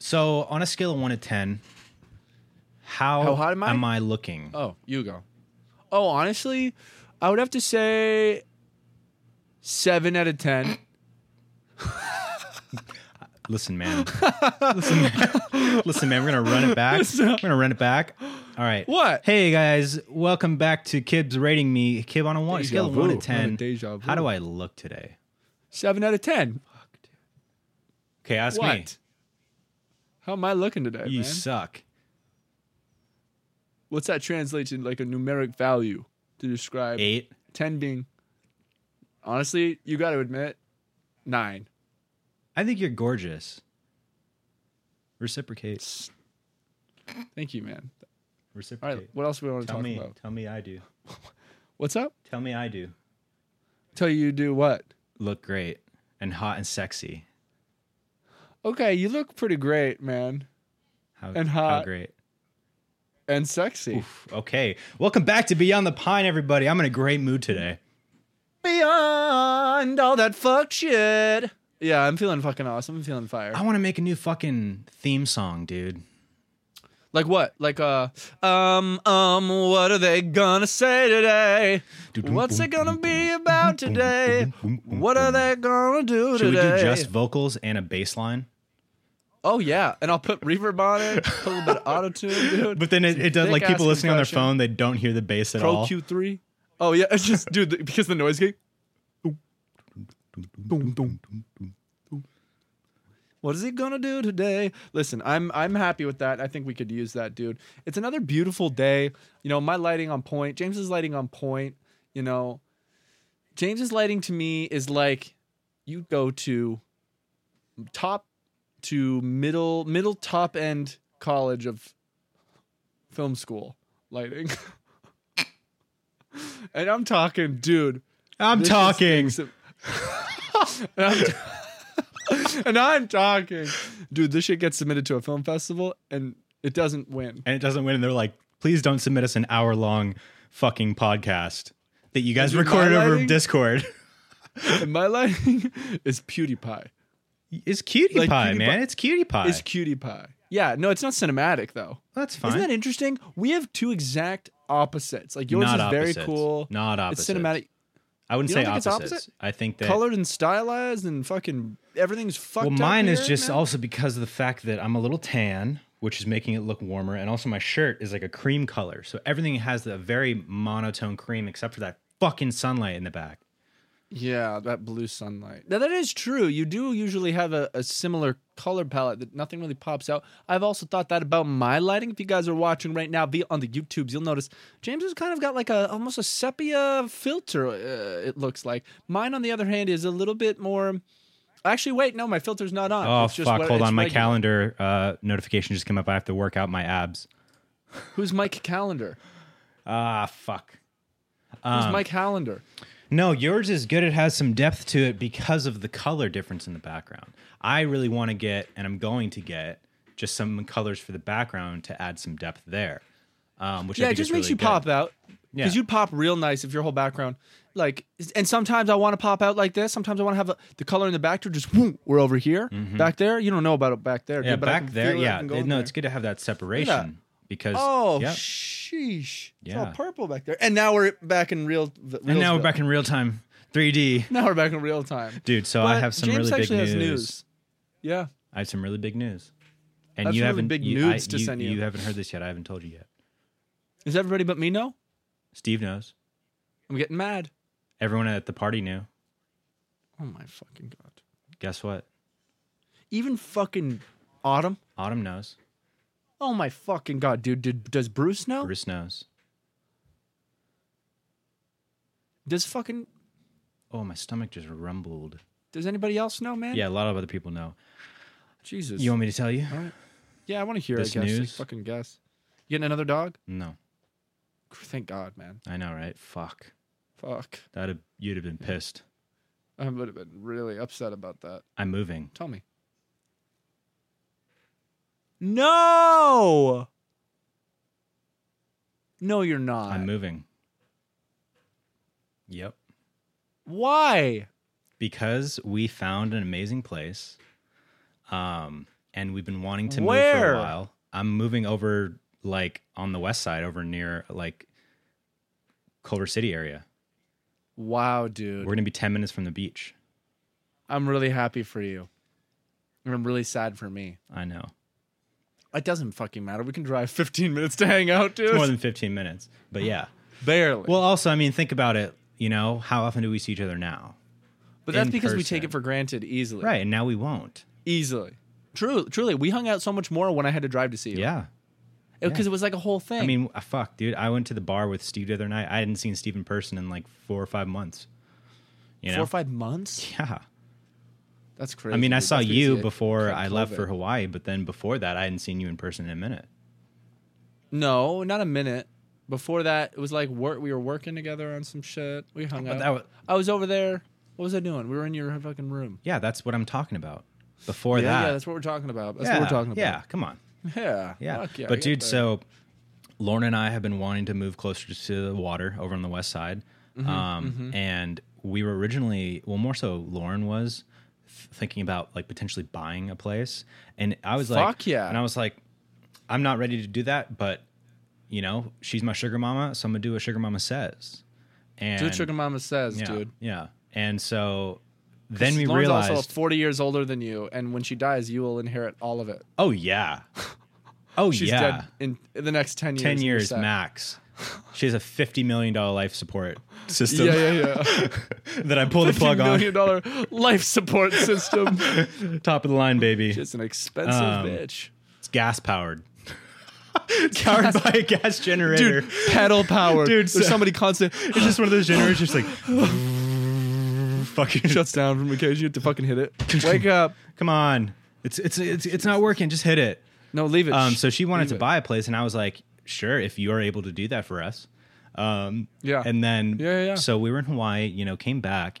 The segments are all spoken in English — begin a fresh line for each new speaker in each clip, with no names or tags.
So on a scale of one to ten, how,
How hot am I?
looking?
Oh, you go. Oh, honestly, I would have to say seven out of ten.
Listen, man. Listen, man. Listen, man. We're gonna run it back. We're gonna run it back. All right.
What?
Hey guys, welcome back to Kib's rating me. Kib on a one
Deja
scale of one to
vu. Another
ten.
deja vu.
How do I look today?
Seven out of ten.
Okay, ask
what?
me.
How am I looking today,
You
man?
suck.
What's that translate to like a numeric value to describe
Eight.
ten being? Honestly, you got to admit, nine.
I think you're gorgeous. Reciprocate.
Thank you, man. All
Reciprocate.
right, what else do we want to
tell
talk
me.
about?
Tell me I do.
What's up?
Tell me I do.
Tell you you do what?
Look great and hot and sexy.
Okay, you look pretty great, man,
How,
And
How
hot.
great.
and sexy.
Oof. Okay. Welcome back to Beyond the Pine, everybody. I'm in a great mood today.
Beyond all that fuck shit. Yeah, I'm feeling fucking awesome. I'm feeling fire.
I want to make a new fucking theme song, dude.
Like what? Like uh, um, um, what are they gonna say today? What's it gonna be about today? What are they gonna do
Should we
today?
do just vocals and a bass line?
oh yeah, and I'll put reverb on it, put a little bit of auto tune, dude.
But then it, it does, like,
Thick-ass
people listening on their
compression.
phone, they don't hear the bass at
Pro
all.
Q3. Oh yeah, it's just dude the- because the noise gate. What is he gonna do today? Listen, I'm I'm happy with that. I think we could use that, dude. It's another beautiful day. You know, my lighting on point. James's lighting on point. You know, James's lighting to me is like you go to top to middle middle top end college of film school lighting. and I'm talking, dude.
I'm
this is
talking.
things that- and, I'm and I'm talking, dude. This shit gets submitted to a film festival and it doesn't win.
And it doesn't win. And they're like, please don't submit us an hour long fucking podcast that you guys
Is it
recorded
my
over
lighting?
Discord.
And my lighting is PewDiePie.
It's cutie
Like
pie,
cutie
man.
pie.
It's cutie pie.
It's cutie pie. Yeah, no, it's not cinematic though.
That's fine.
Isn't that interesting? We have two exact opposites. Like yours
Not
is very
opposites.
cool.
Not
It's
opposite.
cinematic,
I wouldn't
You
say
don't think it's
opposites.
opposite?
I think that
colored and stylized, and fucking everything's fucked.
Well,
up
mine is
here,
just
man.
also because of the fact that I'm a little tan, which is making it look warmer, and also my shirt is like a cream color, so everything has the very monotone cream except for that fucking sunlight in the back.
Yeah, that blue sunlight. Now that is true. You do usually have a, a similar color palette that nothing really pops out. I've also thought that about my lighting. If you guys are watching right now via on the YouTubes, you'll notice James has kind of got like a almost a sepia filter. Uh, it looks like mine, on the other hand, is a little bit more. Actually, wait, no, my filter's not on.
Oh
It's just
fuck!
what-
Hold
it's
on, my
regular.
calendar uh, notification just came up. I have to work out my abs.
Who's Mike Calendar?
Ah fuck.
Who's
Um,
Mike Calendar?
No, yours is good. It has some depth to it because of the color difference in the background. I really want to get, and I'm going to get, just some colors for the background to add some depth there. Um, which I
Yeah, it
think is
just makes
really
you
good.
pop out.
Yeah.
Because you'd pop real nice if your whole background, like, and sometimes I want to pop out like this. Sometimes I want to have a, the color in the back to just, whoom, we're over here, back there. You don't know about it back there.
Mm-hmm. Yeah,
dude, but I
back
can
there.
feel it. I
Yeah,
can
it-
go
no,
in there.
it's good to have that separation because
Oh,
yeah.
sheesh. It's
Yeah.
all purple back there. And now we're back in real.
and now we're
Realsville.
back in real time, 3D,
Now we're back in real time.
dude. So I
But
have some
James
really big
actually
news.
has news. Yeah.
I have some really big news, and
have
you
some really
haven't
big
you, I-
nudes to
you-
send you.
you haven't heard this yet. I haven't told you yet.
Is everybody but me know?
Steve knows.
I'm getting mad.
Everyone at the party knew.
Oh, my fucking God.
Guess what?
Even fucking Autumn.
Autumn knows.
Oh, my fucking God, dude. Did, does Bruce know?
Bruce knows.
Does fucking
Oh, my stomach just rumbled.
Does anybody else know, man?
Yeah, a lot of other people know.
Jesus.
You want me to tell you?
yeah, I want to hear.
This
I guess. Like,
news?
fucking guess. You getting another dog?
No,
Thank God, man.
I know, right? Fuck.
Fuck.
That you'd have been pissed.
I would have been really upset about that.
I'm moving.
Tell me. No. No, you're not.
I'm moving. Yep.
Why?
because we found an amazing place. Um, and we've been wanting to move for
Where?
a while. I'm moving over like on the west side, over near like Culver City area.
Wow, dude.
We're gonna be ten minutes from the beach.
I'm really happy for you. And I'm really sad for me.
I know.
It doesn't fucking matter. We can drive 15 minutes to hang out, dude.
It's more than fifteen minutes. But yeah.
Barely.
Well also I mean think about it, you know, how often do we see each other now?
but that's
in
because we take
person.
it for granted easily.
Right, and now we won't.
Easily. True, truly, we hung out so much more when I had to drive to see you.
Yeah.
Because it was like a whole thing.
I mean, uh, fuck, dude. I went to the bar with Steve the other night. I hadn't seen Steve in person in like four or five months. You know?
four or five months?
yeah.
That's crazy.
I mean, I
dude.
saw
That's
you
crazy.
before
Fuck
I left
COVID.
for Hawaii, but then before that, I hadn't seen you in person in a minute.
No, not a minute. Before that, it was like work. We were working together on some shit. We hung out.
But that was,
I was over there. What was I doing? We were in your fucking room.
yeah, that's what I'm talking about. Before
yeah,
that,
yeah, that's what we're talking about. That's what we're talking about.
Yeah, come on.
Yeah.
Yeah.
Fuck yeah.
but
get
dude,
there.
so Lauren and I have been wanting to move closer to the water over on the west side.
Mm-hmm,
um, And we were originally, well, more so Lauren was th- thinking about like potentially buying a place. And I was like,
Fuck yeah.
And I was like, I'm not ready to do that, but you know, she's my sugar mama, so I'm gonna do what sugar mama says. And
do what Sugar Mama says,
yeah,
dude.
Yeah. And so then we
Lauren's
realized,
also 40 years older than you, and when she dies, you will inherit all of it.
oh yeah, oh
She's
yeah.
dead in, in the next 10 years.
10
and you're
years
set.
max. She has a $50 million life support system
Yeah, yeah, yeah.
that I pull the plug
$50 million dollar life support system.
on. Top of the line, baby.
It's an expensive
Um,
bitch.
It's gas powered. it's powered by a gas generator.
Dude, pedal power.
Dude,
There's
so-
somebody constant.
It's just one of those generators just like fucking
Shuts down from occasion. You have to fucking hit it. Wake up.
Come on. It's it's it's it's not working. Just hit it.
No, leave it.
Um
Shh,
so she wanted
leave
to
it.
buy a place and I was like, "Sure, if you are able to do that for us." Um
Yeah.
And then
Yeah, yeah, yeah.
so we were in Hawaii, you know, came back,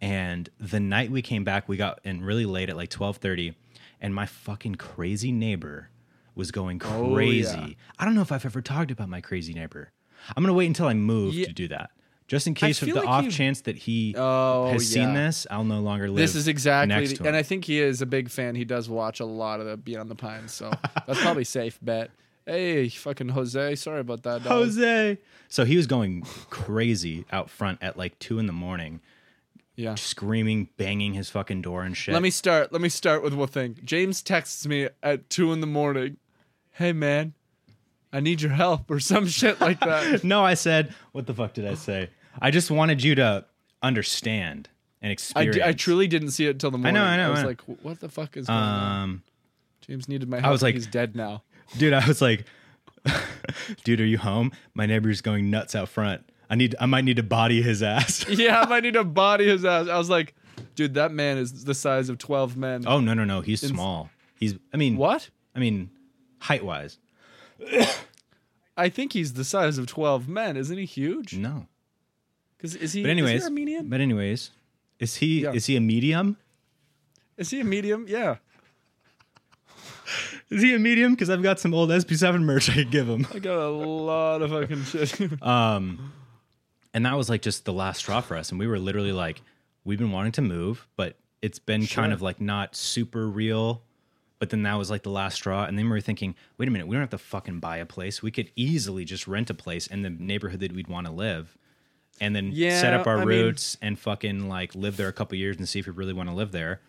and the night we came back, we got in really late at like twelve thirty, and my fucking crazy neighbor was going
Oh,
crazy.
yeah.
I don't know if I've ever talked about my crazy neighbor. I'm gonna wait until I move
Ye-
to do that. Just in case of
feel
the
like
off
you-
chance that he
Oh,
has seen
yeah.
this, I'll no longer live.
This is exactly,
next
the-
to him.
and I think he is a big fan. He does watch a lot of the Beyond the Pines, so that's probably safe bet. Hey, fucking Jose, sorry about that. Dog.
Jose. So he was going crazy out front at like two in the morning,
yeah.
screaming, banging his fucking door and shit.
Let me start. Let me start with one thing. James texts me at two in the morning. Hey man, I need your help or some shit like that.
No, I said, what the fuck did I say? I just wanted you to understand and
I,
experience.
d- I truly didn't see it till the morning.
know, I know,
was
I know.
like, "Wh- what the fuck is going on?
um,
James needed my help. I
was like-
he's dead now.
dude, I was like, dude, are you home? My neighbor's going nuts out front. I need, I might need to body his ass.
yeah, I might need to body his ass. I was like, dude, that man is the size of twelve men.
oh no, no, no, he's small. He's, I mean,
What?
I mean, height wise,
I think he's the size of twelve men. Isn't he huge?
no.
Because is he?
Mm. But anyways,
is he a medium?
but anyways, is he
Yeah.
is he a medium?
Is he a medium? Yeah.
Is he a medium? Because I've got some old SP7 merch I could give him.
I got a lot of fucking shit.
And that was like just the last straw for us. And we were literally like, we've been wanting to move, but it's been kind
Sure.
of like not super real. But then that was like the last straw. And then we were thinking, wait a minute, we don't have to fucking buy a place. We could easily just rent a place in the neighborhood that we'd want to live and then set
Yeah,
up our
I mean-
roots and fucking like live there a couple years and see if we really want to live there.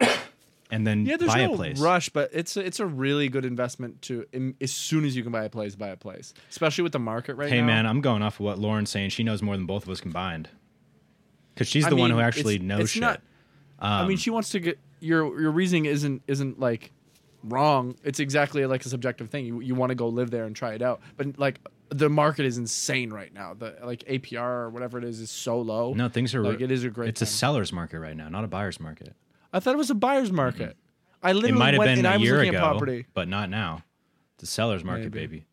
and then
yeah, there's
buy
no
a place.
rush, but it's a, it's a really good investment to im- as soon as you can buy a place, buy a place, especially with the market right
Hey
now.
man, I'm going off of what Lauren's saying. She knows more than both of us combined. Because she's
I
the one who
mean,
actually
it's-
knows
it's
shit. Um,
not- I mean, she wants to get your your reasoning isn't isn't like wrong. It's exactly like a subjective thing. You you want to go live there and try it out, but like the market is insane right now. The like APR or whatever it is is so low.
no, things are
like it is a great.
It's a
time.
seller's market right now, not a buyer's market.
I thought it was a buyer's market. I
Mm-hmm. It
literally
might have
went
been
and I
a
was
year
looking
ago,
at property
but not now. It's a seller's market,
Maybe.
baby.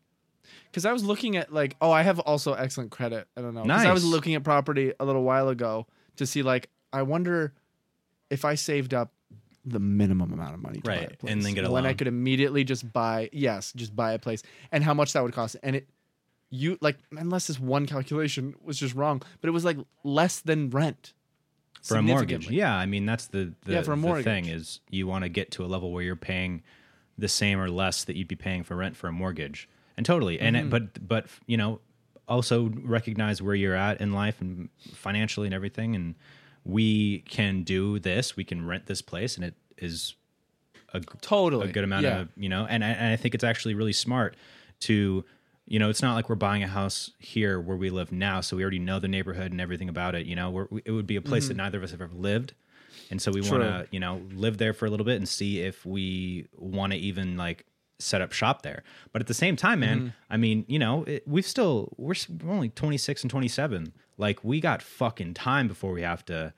because I was looking at like oh I have also excellent credit. I don't know. 'Cause I was
Nice.
looking at property a little while ago to see like I wonder if I saved up the minimum amount of money to buy a
Right, and
place,
then get a
when I
loan.
could immediately just buy yes just buy a place and how much that would cost and it you like unless this one calculation was just wrong but it was like less than rent
for a mortgage.
Significantly.
Yeah, I mean that's the the,
Yeah, for a
the
mortgage.
thing is you want to get to a level where you're paying the same or less that you'd be paying for rent for a mortgage. And totally. And
Mm-hmm.
it, but but you know also recognize where you're at in life and financially and everything and we can do this. We can rent this place and it is a g-
Totally.
a good amount
Yeah.
of you know and I, and I think it's actually really smart to you know it's not like we're buying a house here where we live now so we already know the neighborhood and everything about it you know we're, we- it would be a place that neither of us have ever lived and so we want to you know live there for a little bit and see if we want to even like set up shop there but at the same time man i mean you know it, we've still we're, s- we're only 26 and 27 like we got fucking time before we have to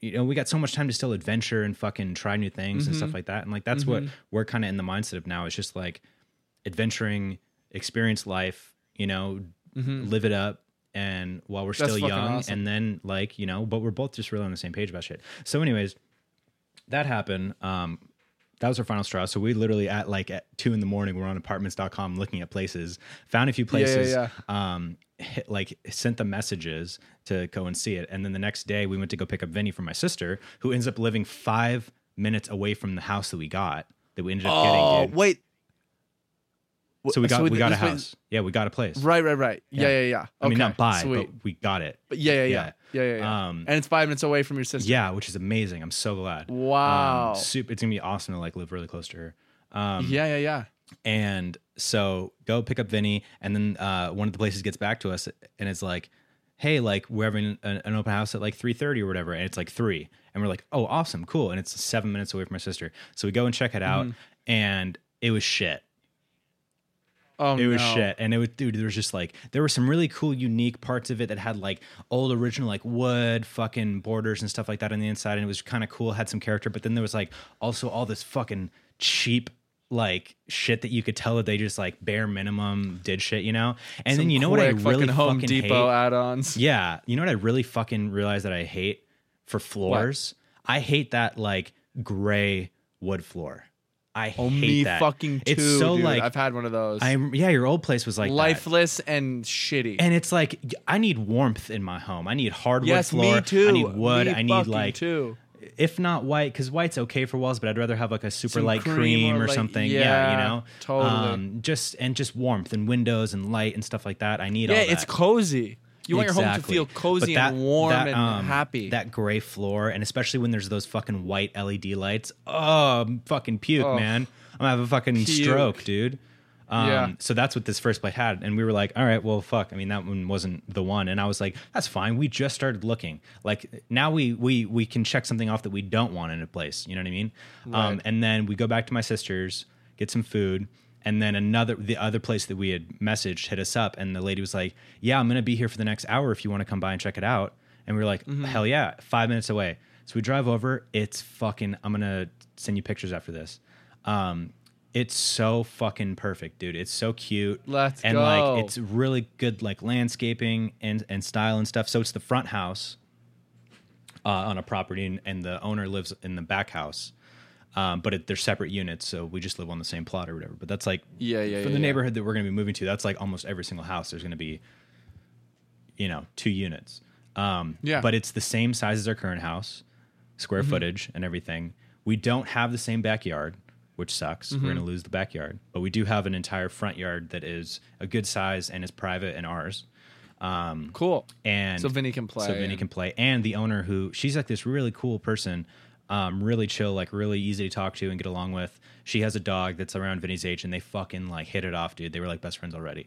you know, we got so much time to still adventure and fucking try new things and
Mm-hmm.
stuff like that. And like that's what we're kind of in the mindset of now. It's just like adventuring, experience life, you know, live it up. And while we're still
Mm-hmm. fucking
young,
awesome.
and then like you know, but we're both just really on the same page about shit. So, anyways, that happened. Um, that was our final straw. So we literally at like at two in the morning, we're on apartments.com looking at places, found a few places,
yeah.
um, hit, like sent the messages to go and see it. And then the next day we went to go pick up Vinny from my sister who ends up living five minutes away from the house that we got that we ended up
Oh,
getting. Dude.
wait.
So we got, we got a
this was-
house. Yeah. We got a place.
Right, right, right. Yeah, yeah, yeah.
I mean,
Okay,
not buy,
Sweet.
but we got it.
But yeah, yeah, yeah, yeah, yeah. yeah.
Um,
and it's five minutes away from your sister.
yeah, which is amazing. I'm so glad.
Wow.
Um, super, it's gonna be awesome to like live really close to her. Um,
yeah, yeah, yeah.
And so go pick up Vinny, and then uh, one of the places gets back to us and it's like, "Hey, like we're having an, an open house at like three thirty or whatever," and it's like three, and we're like, "Oh, awesome, cool!" And it's seven minutes away from my sister, so we go and check it out, and it was shit.
Oh,
It was
no.
shit. And it was, dude, there was just like, there were some really cool, unique parts of it that had like old original, like wood fucking borders and stuff like that on the inside. And it was kind of cool, had some character. But then there was like also all this fucking cheap, like shit that you could tell that they just like bare minimum did shit, you know? And then you know what I
Quick
really
fucking Home
fucking hate?
Depot add-ons.
Yeah. You know what I really fucking realized that I hate for floors? I hate that like gray wood floor. I
Oh,
hate
me
that.
fucking too.
It's so
dude.
like
I've had one of those.
I yeah, your old place was like that.
Lifeless and shitty.
And it's like I need warmth in my home. I need hardwood
yes,
floor.
me too.
I need wood.
Me
I need
fucking
like
too.
if not white, because white's okay for walls, but I'd rather have like a super
Some
light
cream
cream,
or,
or,
like-
something. Yeah,
yeah,
you know,
totally.
Um, just and just warmth and windows and light and stuff like that. I need
Yeah,
all that.
it's cozy. You want your home to
Exactly.
feel cozy
But
and
that-
warm
that,
and
um,
happy.
That gray floor, and especially when there's those fucking white LED lights. Oh, I'm fucking puke,
Oh.
man. I'm gonna have a fucking
Puke.
stroke, dude. Um,
Yeah.
So that's what this first plate had, and we were like, "All right, well, fuck." I mean, that one wasn't the one, and I was like, "That's fine." We just started looking. Like now, we we we can check something off that we don't want in a place. You know what I mean? Um, and then we go back to my sister's, get some food, and then another the other place that we had messaged hit us up, and the lady was like, "Yeah, I'm gonna be here for the next hour if you want to come by and check it out." And we were like, "Hell yeah!" Five minutes away, so we drive over. It's fucking. I'm gonna send you pictures after this. Um, it's so fucking perfect, dude. It's so cute.
Let's
and
go.
like it's really good like landscaping and and style and stuff. So it's the front house uh, on a property, and, and the owner lives in the back house. Um, but it, they're separate units, so we just live on the same plot or whatever. But that's like
Yeah, yeah,
for
yeah,
the
yeah.
neighborhood that we're gonna be moving to. That's like almost every single house. There's gonna be, you know, two units. Um,
Yeah. Mm-hmm.
But it's the same size as our current house, square footage and everything. We don't have the same backyard, which sucks.
Mm-hmm.
We're gonna lose the backyard, but we do have an entire front yard that is a good size and is private and ours
cool.
and
So Vinny can play
So Vinny
and-
can play, and the owner who she's like this really cool person, um, really chill, like really easy to talk to and get along with. She has a dog that's around Vinny's age, and they fucking like hit it off, dude. They were like best friends already.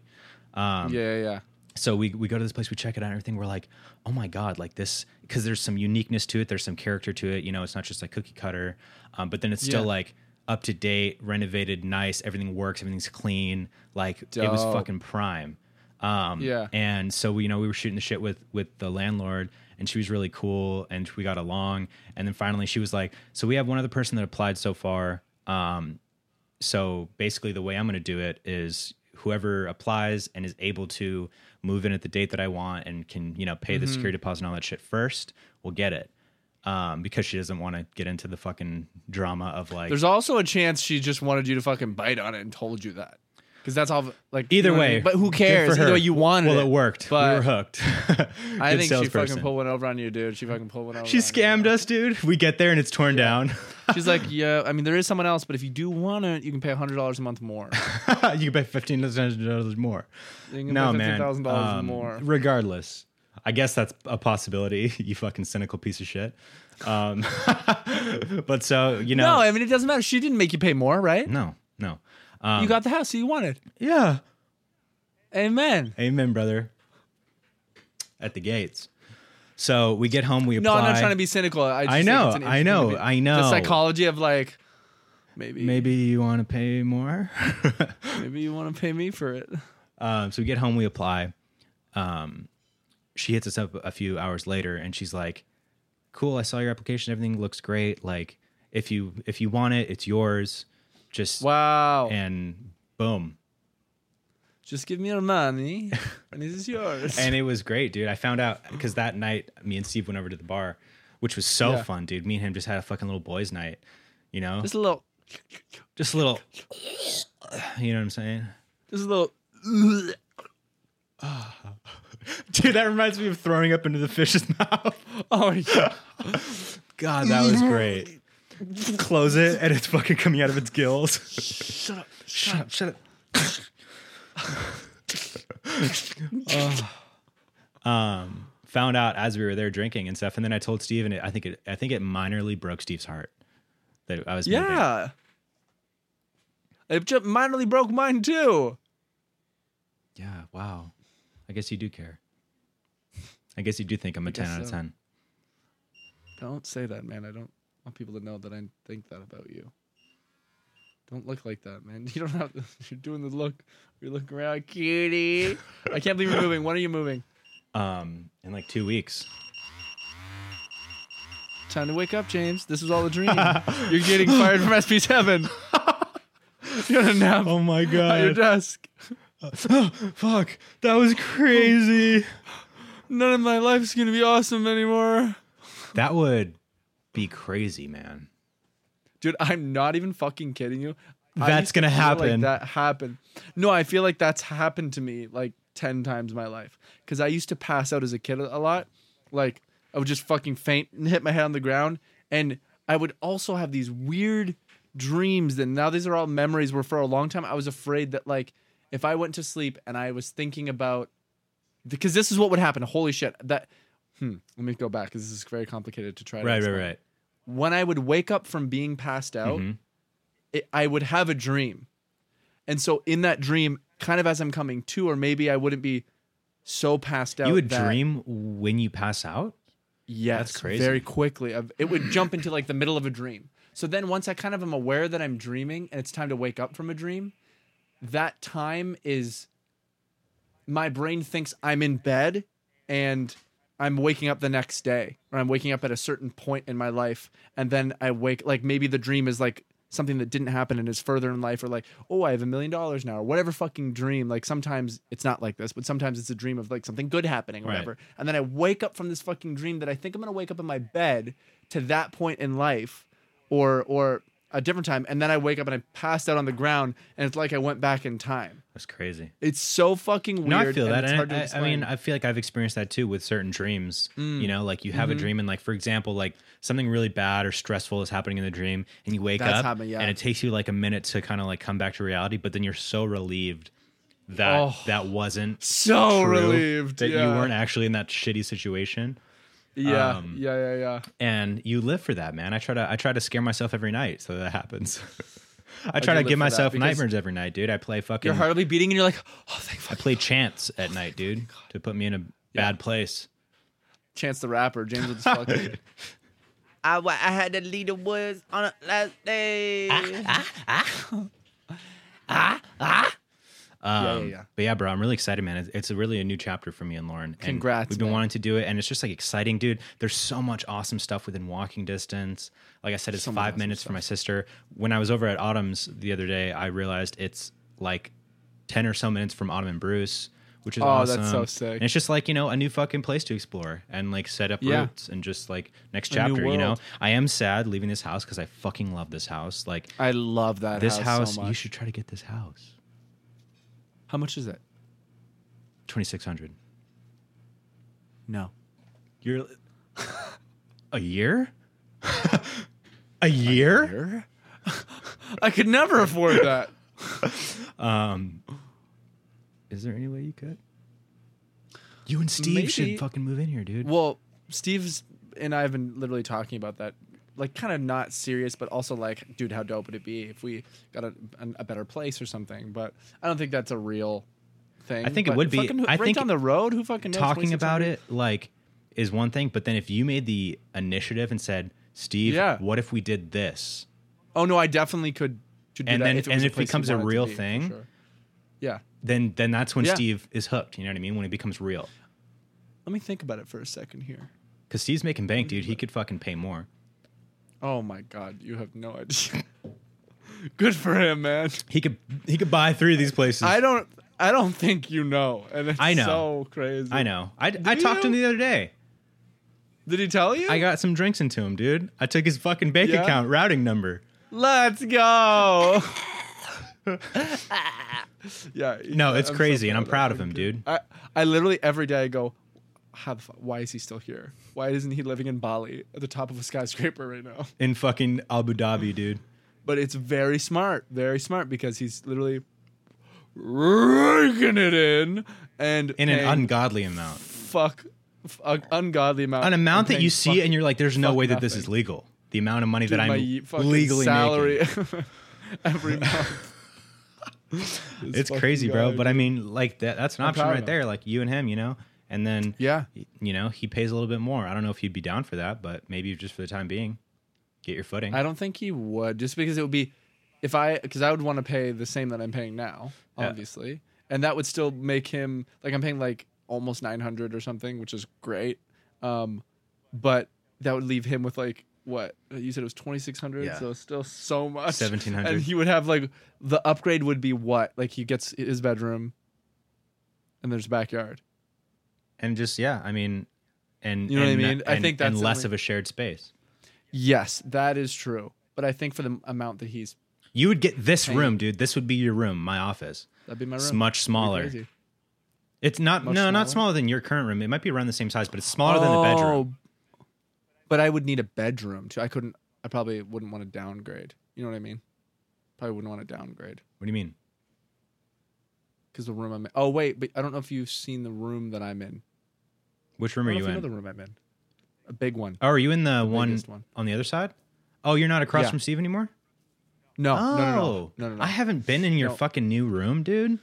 um,
yeah, yeah, yeah.
So we we go to this place, we check it out, and everything. We're like, oh my god, like this, because there's some uniqueness to it. There's some character to it. You know, it's not just like cookie cutter, um, but then it's still
Yeah.
like up to date, renovated, nice. Everything works. Everything's clean. Like it was
Dope.
fucking prime. Um,
Yeah.
And so we, you know, we were shooting the shit with with the landlord, and she was really cool, and we got along. And then finally, she was like, "So we have one other person that applied so far. Um, so basically, the way I'm going to do it is whoever applies and is able to move in at the date that I want and can, you know, pay
Mm-hmm.
the security deposit and all that shit first, will get it." Um, because she doesn't want to get into the fucking drama of like
There's also a chance she just wanted you to fucking bite on it and told you that. because that's all like
Either
you know what I
way,
mean? But who
good
cares?
for her.
Either way, you wanted
Well,
it.
it worked.
but
we were hooked.
I
Good
think she fucking
salesperson.
pulled one over on you, dude. She fucking pulled one over.
She
on
scammed us, dude. We get there and it's torn
You. She's like, yeah. I mean, there is someone else, but if you do want it, you can pay hundred dollars a month more.
down. you can pay fifteen dollars more.
You can
No
pay
man,
$15,000
Um,
more.
Regardless, I guess that's a possibility. You fucking cynical piece of shit. Um, but so you
No,
know,
I mean it doesn't matter. She didn't make you pay more, right?
no, no. Um,
you got the house that you wanted.
yeah.
Amen.
Amen, brother. At the gates. So we get home. We
No,
apply.
I'm not trying to be cynical. I, just
I
think
know,
it's an
I
interesting
know,
debate.
I know.
The psychology of like, maybe, maybe,
Maybe you want to pay more.
maybe you want to pay me for it.
Um, so we get home, we apply. Um, she hits us up a few hours later, and she's like, "Cool, I saw your application. Everything looks great. Like, if you if you want it, it's yours. Just
Wow.
and boom."
Just give me your money, and this is yours.
And it was great, dude. I found out because that night, me and Steve went over to the bar, which was so
Yeah.
fun, dude. Me and him just had a fucking little boys' night, you know, just,
just a
a little.
little,
You know what I'm saying?
just a little.
Dude, that reminds me of throwing up into the fish's mouth.
Oh yeah.
God, that was great. Close it, and it's fucking coming out of its gills.
Shut up.
Shut up! Shut up! um, found out as we were there drinking and stuff, and then I told Steve, and it, I think it, I think it minorly broke Steve's heart that I was. moving.
Yeah. It just minorly broke mine too.
yeah. Wow. I guess you do care. I guess you do think I'm a ten
guess
out of
so.
ten.
Don't say that, man. I don't want people to know that I think that about you. Don't look like that, man. You don't have. You're doing the look. You're looking around, cutie. I can't believe you're moving. When are you moving?
Um, in like two weeks.
Time to wake up, James. This is all a dream. you're getting fired from SB7. you're on a nap
Oh my
at your
god!
desk.
oh, fuck! That was crazy.
None of my life's gonna be awesome anymore.
That would be crazy, man.
Dude, I'm not even fucking kidding you. I
That's
used to
gonna
feel like
happen.
that happened. No, I feel like that's happened to me like ten times in my life. Cause I used to pass out as a kid a lot. Like I would just fucking faint and hit my head on the ground. And I would also have these weird dreams that now these are all memories where for a long time I was afraid that like if I went to sleep and I was thinking about because this is what would happen. Holy shit. That hmm, let me go back because this is very complicated to try to
Right, right,
explain
right.
when I would wake up from being passed out,
Mhm.
it, I would have a dream. And so in that dream, kind of as I'm coming to, or maybe I wouldn't be so passed out.
You would
that-
dream when you pass out?
Yes,
That's crazy.
very quickly. Of- It would jump into like the middle of a dream. So then once I kind of am aware that I'm dreaming and it's time to wake up from a dream, that time is my brain thinks I'm in bed and I'm waking up the next day or I'm waking up at a certain point in my life and then I wake like maybe the dream is like something that didn't happen and is further in life or like oh I have a million dollars now or whatever fucking dream like sometimes it's not like this but sometimes it's a dream of like something good happening or
Right.
whatever and then I wake up from this fucking dream that I think I'm going to wake up in my bed to that point in life or or a different time and then I wake up and I passed out on the ground and it's like I went back in time
That's crazy.
it's so fucking weird.
No, I feel
and
that.
It's
and
hard to
I, I
explain. Mm.
mean, I feel like I've experienced that too with certain dreams. You know, like you have
Mm-hmm.
a dream, and like for example, like something really bad or stressful is happening in the dream, and you wake
That's
up,
happened, yeah.
and it takes you like a minute to kind of like come back to reality, but then you're so relieved that
Oh.
that wasn't
so
true,
relieved
that
yeah.
you weren't actually in that shitty situation,
Yeah,
um,
yeah, yeah, yeah.
and you live for that, man. I try to I try to scare myself every night so that happens. I try
do
to
live
give
for that
myself
because-
nightmares every night, dude. I play fucking.
You're hardly beating, and you're like, oh, thank
I
fuck.
play chance at night,
Oh
dude, to put me in a bad place.
Chance the rapper, James with his fucking. I, wa- I had to lead the woods on a last day.
Ah,
Um,
yeah, yeah.
But yeah, bro, I'm really excited, man. It's, it's a really a new chapter for me and Lauren. And
Congrats,
We've been
man.
wanting to do it, and it's just like exciting, dude. There's so much awesome stuff within walking distance. Like I said, it's
So much
five
awesome
minutes for my sister. When I was over at Autumn's the other day, I realized it's like ten or so minutes from Autumn and Bruce. Which is
Oh, that's
awesome.
so sick.
And it's just like, you know, a new fucking place to explore and like set up
Yeah.
roots and just like next
A new
chapter, you know.
world.
I am sad leaving this house because I fucking love this house. Like
I love that
this
house,
house,
so
you
much.
should try to get this house.
How much is it?
2600
No.
You're a year? a year?
I could never afford that.
Um Is there any way you could? You and Steve
Maybe-
should fucking move in here, dude.
Well, Steve's and I have been literally talking about that, like kind of not serious, but also like, dude, how dope would it be if we got a, an- a better place or something? But I don't think that's a real thing.
I think it
But
would be-
fucking-
I
right
think
down the road. Who fucking knows?
Talking about
2600?
it like is one thing, but then if you made the initiative and said, "Steve,
Yeah.
what if we did this?"
Oh no, I definitely could. could do
And
that
then-
if it
and
was a
if it
place we
becomes a
wanted to
real
be, for
thing-
sure. Yeah.
then then that's when
Yeah.
Steve is hooked. You know what I mean? When it becomes real,
Let me think about it for a second here.
because Steve's making bank, dude. He could fucking pay more.
Oh my god, you have no idea. Good for him, man.
He could he could buy three of these places.
I don't. I don't think you know, and it's
I know.
so crazy.
I know. I, I talked to him the other day.
Did he tell you?
I got some drinks into him, dude. I took his fucking bank
Yeah?
account routing number.
Let's go. yeah.
No, it's
I'm so
crazy, and I'm proud
that
of him, dude.
I, I literally every day I go, how the fuck? Why is he still here? Why isn't he living in Bali at the top of a skyscraper right now?
In fucking Abu Dhabi, dude.
But it's very smart, very smart because he's literally raking it in and
In an
paying
ungodly amount,
fuck f- a- ungodly amount,
an amount that you see,
in
and you're like, "There's no
fuck
way that this is
nothing.
legal." The amount of money that
my
I'm
ye- fucking
legally
salary
making.
every month.
It's
fucking
crazy, bro.
guy,
But I mean, like that—that's an option
proud of
right
him.
there. Like you and him, you know. And then
yeah.
you know, he pays a little bit more. I don't know if he'd be down for that, but maybe just for the time being, get your footing.
I don't think he would, just because it would be if I because I would want to pay the same that I'm paying now,
Yeah.
obviously, and that would still make him like I'm paying like almost 900 or something, which is great. Um, but that would leave him with like what you said it was 2600,
Yeah.
so still so much
1700.
and he would have like the upgrade would be what like he gets his bedroom, and there's backyard.
and just yeah, I mean, and
You know what I
and-
mean? I
and-
think that's
and
the
less
only-
of a shared space.
Yes, that is true. But I think for the amount that he's
You would get this
Hey.
room, dude. This would be your room, my office.
that'd be my room.
It's
That'd be
much smaller.
crazy.
It's not no,
Much
not
smaller?
smaller than your current room. It might be around the same size, but it's smaller than the bedroom.
Oh, But I would need a bedroom too. I couldn't. I probably wouldn't want to downgrade. You know what I mean? Probably wouldn't want to downgrade
What do you mean?
because the room I'm in. Oh wait, but I don't know if you've seen the room that I'm in.
Which room are
I don't
you
know if
in?
know the room I'm in? A big one.
oh, are you in the, one,
biggest one.
on the other side? Oh, you're not across
Yeah.
from Steve anymore.
No,
oh,
no, no, no, no, no, no.
I haven't been in your
No.
fucking new room, dude.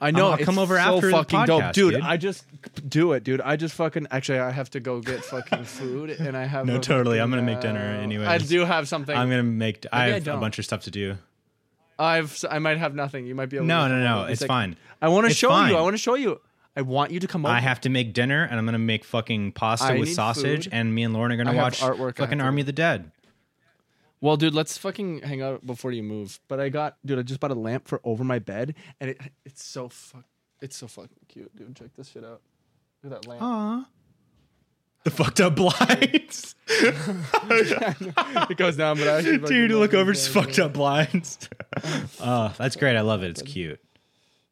I know.
I'll come
it's
over
so
after the
fucking dope,
podcast,
dude,
dude.
I just do it, dude. I just fucking actually, I have to go get fucking food, and I have
No,
a
totally.
fucking,
I'm gonna make dinner
uh,
anyways.
I do have something.
I'm gonna make. I
Maybe I
have a
don't.
bunch of stuff to do.
I've I might have nothing. You might be able.
No,
to
no, no. It's
It's like-
fine.
I want to
It's
show
fine.
you. I want to show you. I want you to come over.
I have to make dinner, and I'm gonna make fucking pasta
I
with
need
sausage,
food.
and me and Lauren are gonna
I have
watch
artwork I have
fucking
to
Army of the Dead.
Well, dude, let's fucking hang out before you move. But I got, dude, I just bought a lamp for over my bed, and it it's so fuck, it's so fucking cute, dude. Check this shit out. Look at that lamp.
Aw. The fucked up blinds.
it goes down, but I actually fucking
Dude,
love
look
these
over his
lamps.
fucked up blinds. oh, that's great. I love it. It's cute.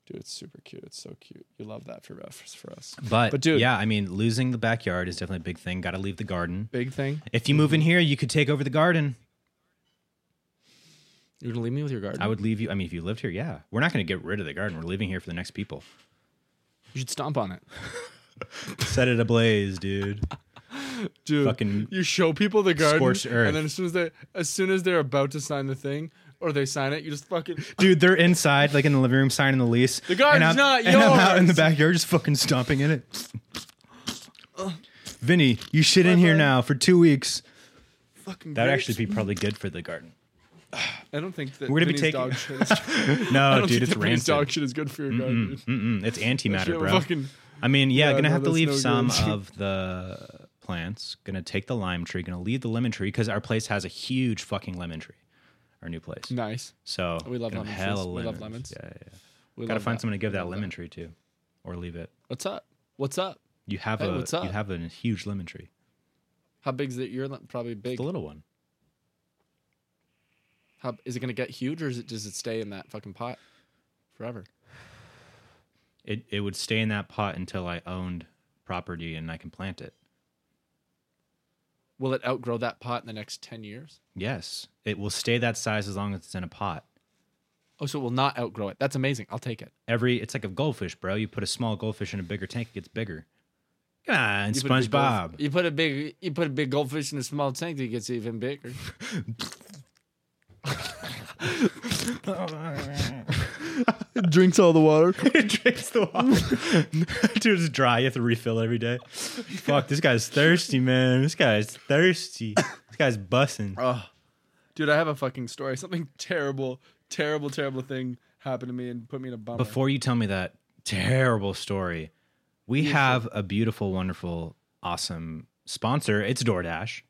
Dude, it's super cute. It's so cute. You love that for us. For us.
But,
But dude-
yeah, I mean, losing the backyard is definitely a big thing. Gotta leave the garden.
Big thing.
If you
Mm-hmm.
move in here, you could take over the garden.
You're gonna leave me with your garden.
I would leave you. I mean, if you lived here, yeah. We're not gonna get rid of the garden. We're living here for the next people.
you should stomp on it,
Set it ablaze, dude.
dude.
Fucking
you show people the garden,
scorched earth.
and then as soon as they, as soon as they're about to sign the thing or they sign it, you just fucking.
Dude, they're inside, like in the living room, signing the lease. The
garden's
and I'm,
not
And I'm out in the
yours.
backyard, just fucking stomping in it. Vinny, you shit in here
bad.
now for two weeks.
Fucking
That would
great.
actually be probably good for the garden.
I don't think that
We're gonna be
Vinny's
taking-
dog shit is, I
No,
don't
Oh, dude,
think
it's
that Vinny's
rancid.
dog shit is good for your garden.
Mm-mm, it's antimatter,
Shit,
bro.
fucking-
I mean, yeah,
Yeah,
gonna
no,
have to
that's
leave
no
some
good.
of the plants. Gonna take the lime tree. Gonna leave the lemon tree because our place has a huge fucking lemon tree. Our new place.
nice.
So
We love
gonna have
lemon trees.
hella
We love lemons.
Yeah, yeah, yeah.
We
Gotta
love
find
that.
someone to give
We
that
love
lemon tree to, or leave it.
What's up? What's up?
You have
Hey,
a
what's
you
up?
have a huge lemon tree.
How big is it? You're probably big.
The little one.
How is it gonna get huge, or is it, does it stay in that fucking pot forever?
It it would stay in that pot until I owned property and I can plant it.
Will it outgrow that pot in the next 10 years?
Yes, it will stay that size as long as it's in a pot.
Oh, so it will not outgrow it. That's amazing. I'll take it.
Every it's like a goldfish, bro. You put a small goldfish in a bigger tank, it gets bigger. Come on,
You put a big
SpongeBob.
goldf- You put a big you put a big goldfish in a small tank that gets even bigger. Drinks all the water.
It drinks the water. Dude, it's dry. You have to refill every day. Fuck, this guy's thirsty, man. This guy's thirsty. This guy's bussing.
Oh, dude, I have a fucking story. Something terrible, terrible, terrible thing happened to me and put me in a bummer.
Before you tell me that terrible story, we have a beautiful, wonderful, awesome sponsor. It's DoorDash.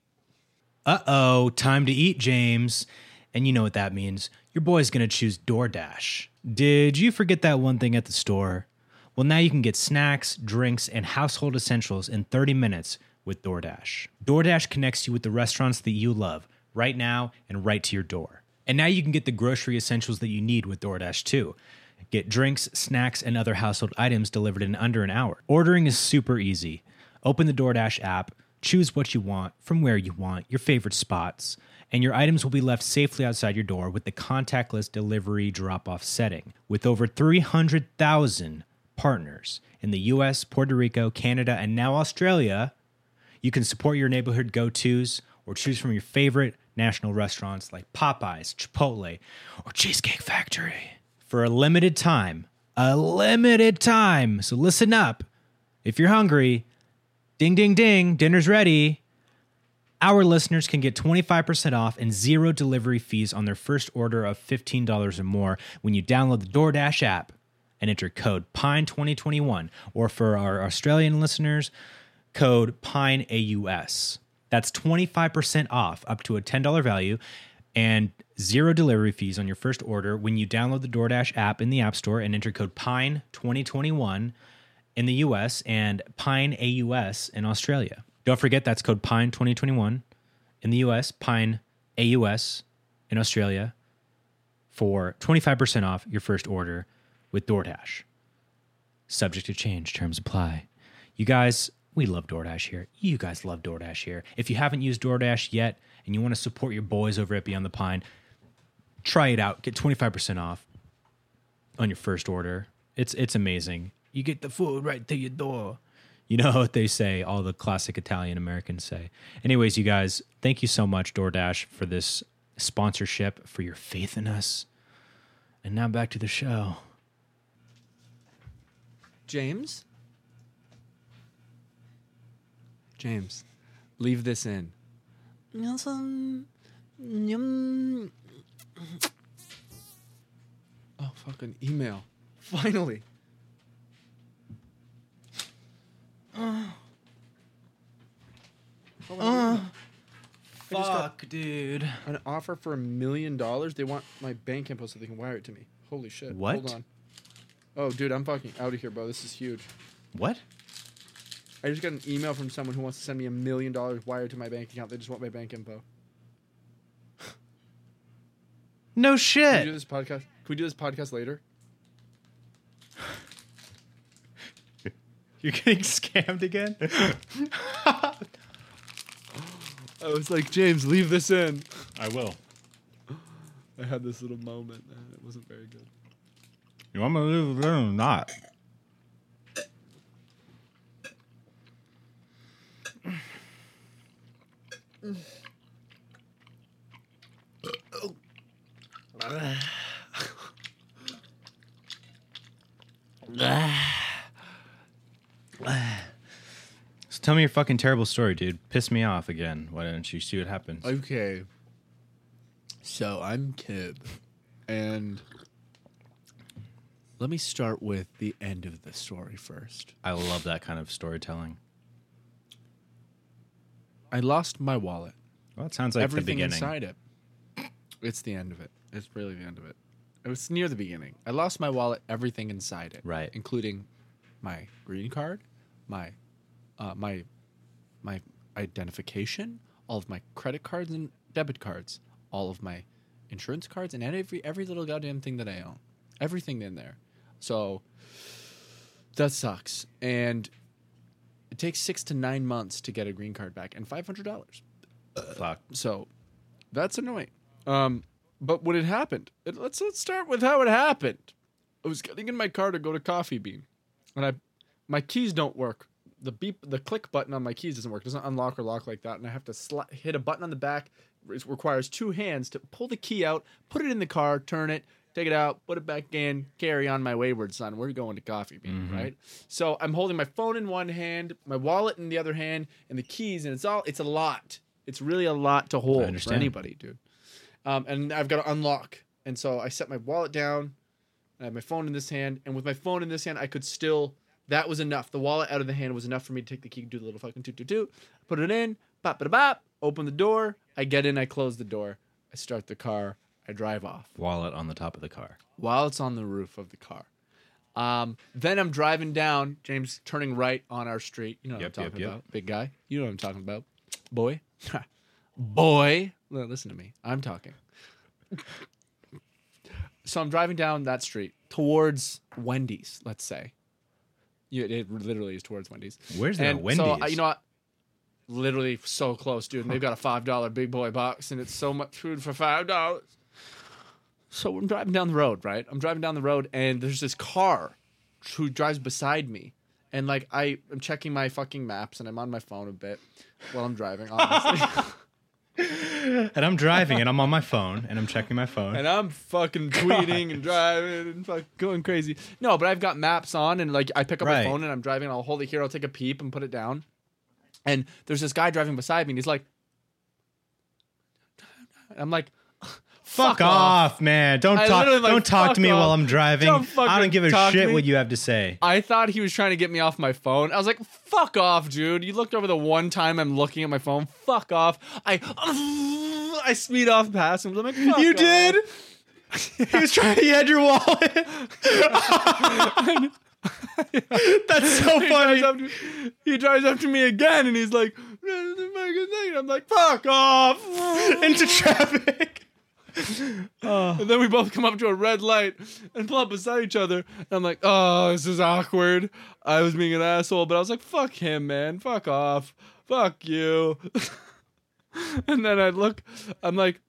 Uh oh, time to eat, James. And you know what that means. Your boy's going to choose DoorDash. Did you forget that one thing at the store? Well, now you can get snacks, drinks, and household essentials in 30 minutes with DoorDash. DoorDash connects you with the restaurants that you love right now and right to your door. And now you can get the grocery essentials that you need with DoorDash too. Get drinks, snacks, and other household items delivered in under an hour. Ordering is super easy. Open the DoorDash app, choose what you want from where you want, your favorite spots, and your items will be left safely outside your door with the contactless delivery drop off setting. With over 300,000 partners in the US, Puerto Rico, Canada, and now Australia, you can support your neighborhood go tos or choose from your favorite national restaurants like Popeyes, Chipotle, or Cheesecake Factory for a limited time. A limited time. So listen up. If you're hungry, ding, ding, ding, dinner's ready. Our listeners can get 25% off and zero delivery fees on their first order of $15 or more when you download the DoorDash app and enter code PINE2021. Or for our Australian listeners, code PINEAUS. That's 25% off up to a $10 value and zero delivery fees on your first order when you download the DoorDash app in the App Store and enter code PINE2021 in the US and Pine AUS in Australia. Don't forget that's code Pine 2021 in the US, Pine AUS in Australia for 25% off your first order with DoorDash. Subject to change, terms apply. You guys, we love DoorDash here. You guys love DoorDash here. If you haven't used DoorDash yet and you want to support your boys over at Beyond the Pine, try it out. Get 25% off on your first order. It's it's amazing. You get the food right to your door. You know what they say, all the classic Italian Americans say. Anyways, you guys, thank you so much, DoorDash, for this sponsorship, for your faith in us. And now back to the show.
James? James, leave this in. Oh, fucking email. Finally.
Fuck, dude.
An offer for a million dollars? They want my bank info so they can wire it to me. Holy shit.
What?
Hold on. Oh, dude, I'm fucking out of here, bro. This is huge.
What?
I just got an email from someone who wants to send me a million dollars wired to my bank account. They just want my bank info.
No
Can we do
shit.
this podcast? Can we do this podcast later?
You're getting scammed again?
I was like, James, leave this in.
I will.
I had this little moment, and it wasn't very good.
You want me to leave it in or not? So tell me your fucking terrible story, dude. Piss me off again. Why don't you see what happens?
Okay. So I'm Kib, and let me start with the end of the story first.
I love that kind of storytelling.
I lost my wallet.
Well, it sounds like
everything
the beginning.
inside it. It's the end of it. It's really the end of it. It was near the beginning. I lost my wallet, everything inside it,
Right.
including my green card, my uh, my my identification, all of my credit cards and debit cards, all of my insurance cards, and every every little goddamn thing that I own, everything in there. So That sucks. And it takes six to nine months to get a green card back and five hundred dollars.
Fuck.
So that's annoying. Um, but when it happened, it, let's let's start with how it happened. I was getting in my car to go to Coffee Bean, and I my keys don't work. The beep, the click button on my keys doesn't work. It doesn't unlock or lock like that, and I have to sli- hit a button on the back. It requires two hands to pull the key out, put it in the car, turn it, take it out, put it back in, carry on my wayward son. We're going to Coffee Bean, right? So I'm holding my phone in one hand, my wallet in the other hand, and the keys, and it's all it's a lot. It's really a lot to hold for
understand.
anybody, dude. Um, and I've got to unlock, and so I set my wallet down. I had my phone in this hand, and with my phone in this hand, I could still. That was enough. The wallet out of the hand was enough for me to take the key, do the little fucking toot toot toot, put it in, pop it bop, open the door. I get in, I close the door, I start the car, I drive off
Wallet on the top of the car.
while it's on the roof of the car. Um, then I'm driving down, James turning right on our street. You know what
Yep,
I'm
yep,
talking
yep.
about, big guy. You know what I'm talking about, boy, boy. Li- Listen to me. I'm talking. so I'm driving down that street towards Wendy's. Let's say, Yeah, it literally is towards Wendy's.
Where's that
And
Wendy's?
so uh, you know, what? literally so close, dude. And they've got a five dollar big boy box, and it's so much food for five dollars. So I'm driving down the road, right? I'm driving down the road, and there's this car who drives beside me, and like I am checking my fucking maps, and I'm on my phone a bit while I'm driving, honestly.
and I'm driving and I'm on my phone and I'm checking my phone.
and I'm fucking tweeting and driving and fucking going crazy. No, but I've got maps on and like I pick up
Right.
my phone and I'm driving. I'll hold it here. I'll take a peep and put it down. And there's this guy driving beside me and he's like, I'm like,
fuck, off, man. Don't
I
talk
literally, like,
don't talk
fuck
to me while
off.
I'm driving.
Don't
I
fucking
don't give a
talk to
shit
me.
what you have to say.
I thought he was trying to get me off my phone. I was like, fuck off, dude. You looked over the one time I'm looking at my phone. Fuck off. I I speed off past him. I'm like, fuck off.
he was trying to had your wallet. That's so
He drives, up to, he drives up to me again and he's like, "What the fuck is that?" And I'm like, fuck off.
Into traffic.
And then we both come up to a red light and pull up beside each other. And I'm like, oh, this is awkward. I was being an asshole, but I was like, fuck him, man. Fuck off. Fuck you. and then I look, I'm like,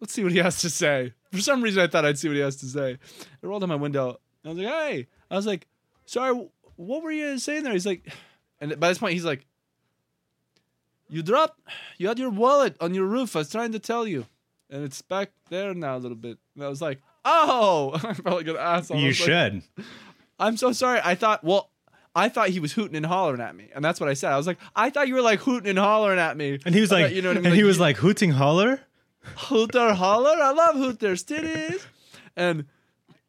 let's see what he has to say. For some reason, I thought I'd see what he has to say. I rolled down my window. And I was like, hey. I was like, sorry, wh- what were you saying there? He's like, and by this point, he's like, you dropped, you had your wallet on your roof. I was trying to tell you and it's back there now a little bit. And I was like, oh, I felt like an asshole. I
You
was like,
should.
I'm so sorry. I thought, well, I thought he was hooting and hollering at me, and that's what I said. I was like, I thought you were like hooting and hollering at me.
And he was
I
like,
thought- you know what I mean?
and he
Like,
was
you-
like hooting holler.
hooter holler. I love hooters titties. And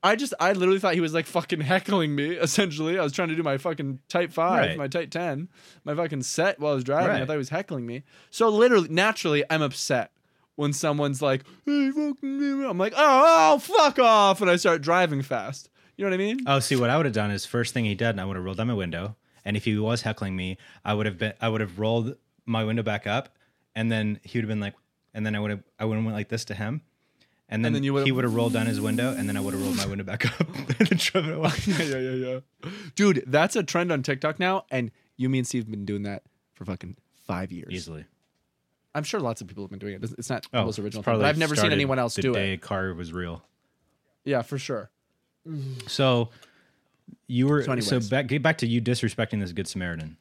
I just, I literally thought he was like fucking heckling me. Essentially, I was trying to do my fucking tight five,
Right.
my tight ten, my fucking set while I was driving. I
Right.
thought he was heckling me. So literally, naturally, I'm upset when someone's like, "Hey, fucking," I'm like, oh, fuck off," and I start driving fast. You know what I mean?
Oh, see, what I would have done is first thing he did, and I would have rolled down my window. And if he was heckling me, I would have been, I would have rolled my window back up, and then he would have been like, and then I would have, I would have went like this to him, and then,
then you would've-
he would have rolled down his window, and then I would have rolled my window back up and then driven away.
yeah, yeah, yeah, yeah. Dude, that's a trend on TikTok now, and you, me, and Steve have been doing that for fucking five years.
easily.
I'm sure lots of people have been doing it. It's- It's not the
Oh,
most original,
it's
thing,
probably
but I've never seen
started
anyone else
the
do
day
it.
Car was real.
Yeah, for sure.
So you were so,
anyways.
back get back to you disrespecting this good Samaritan.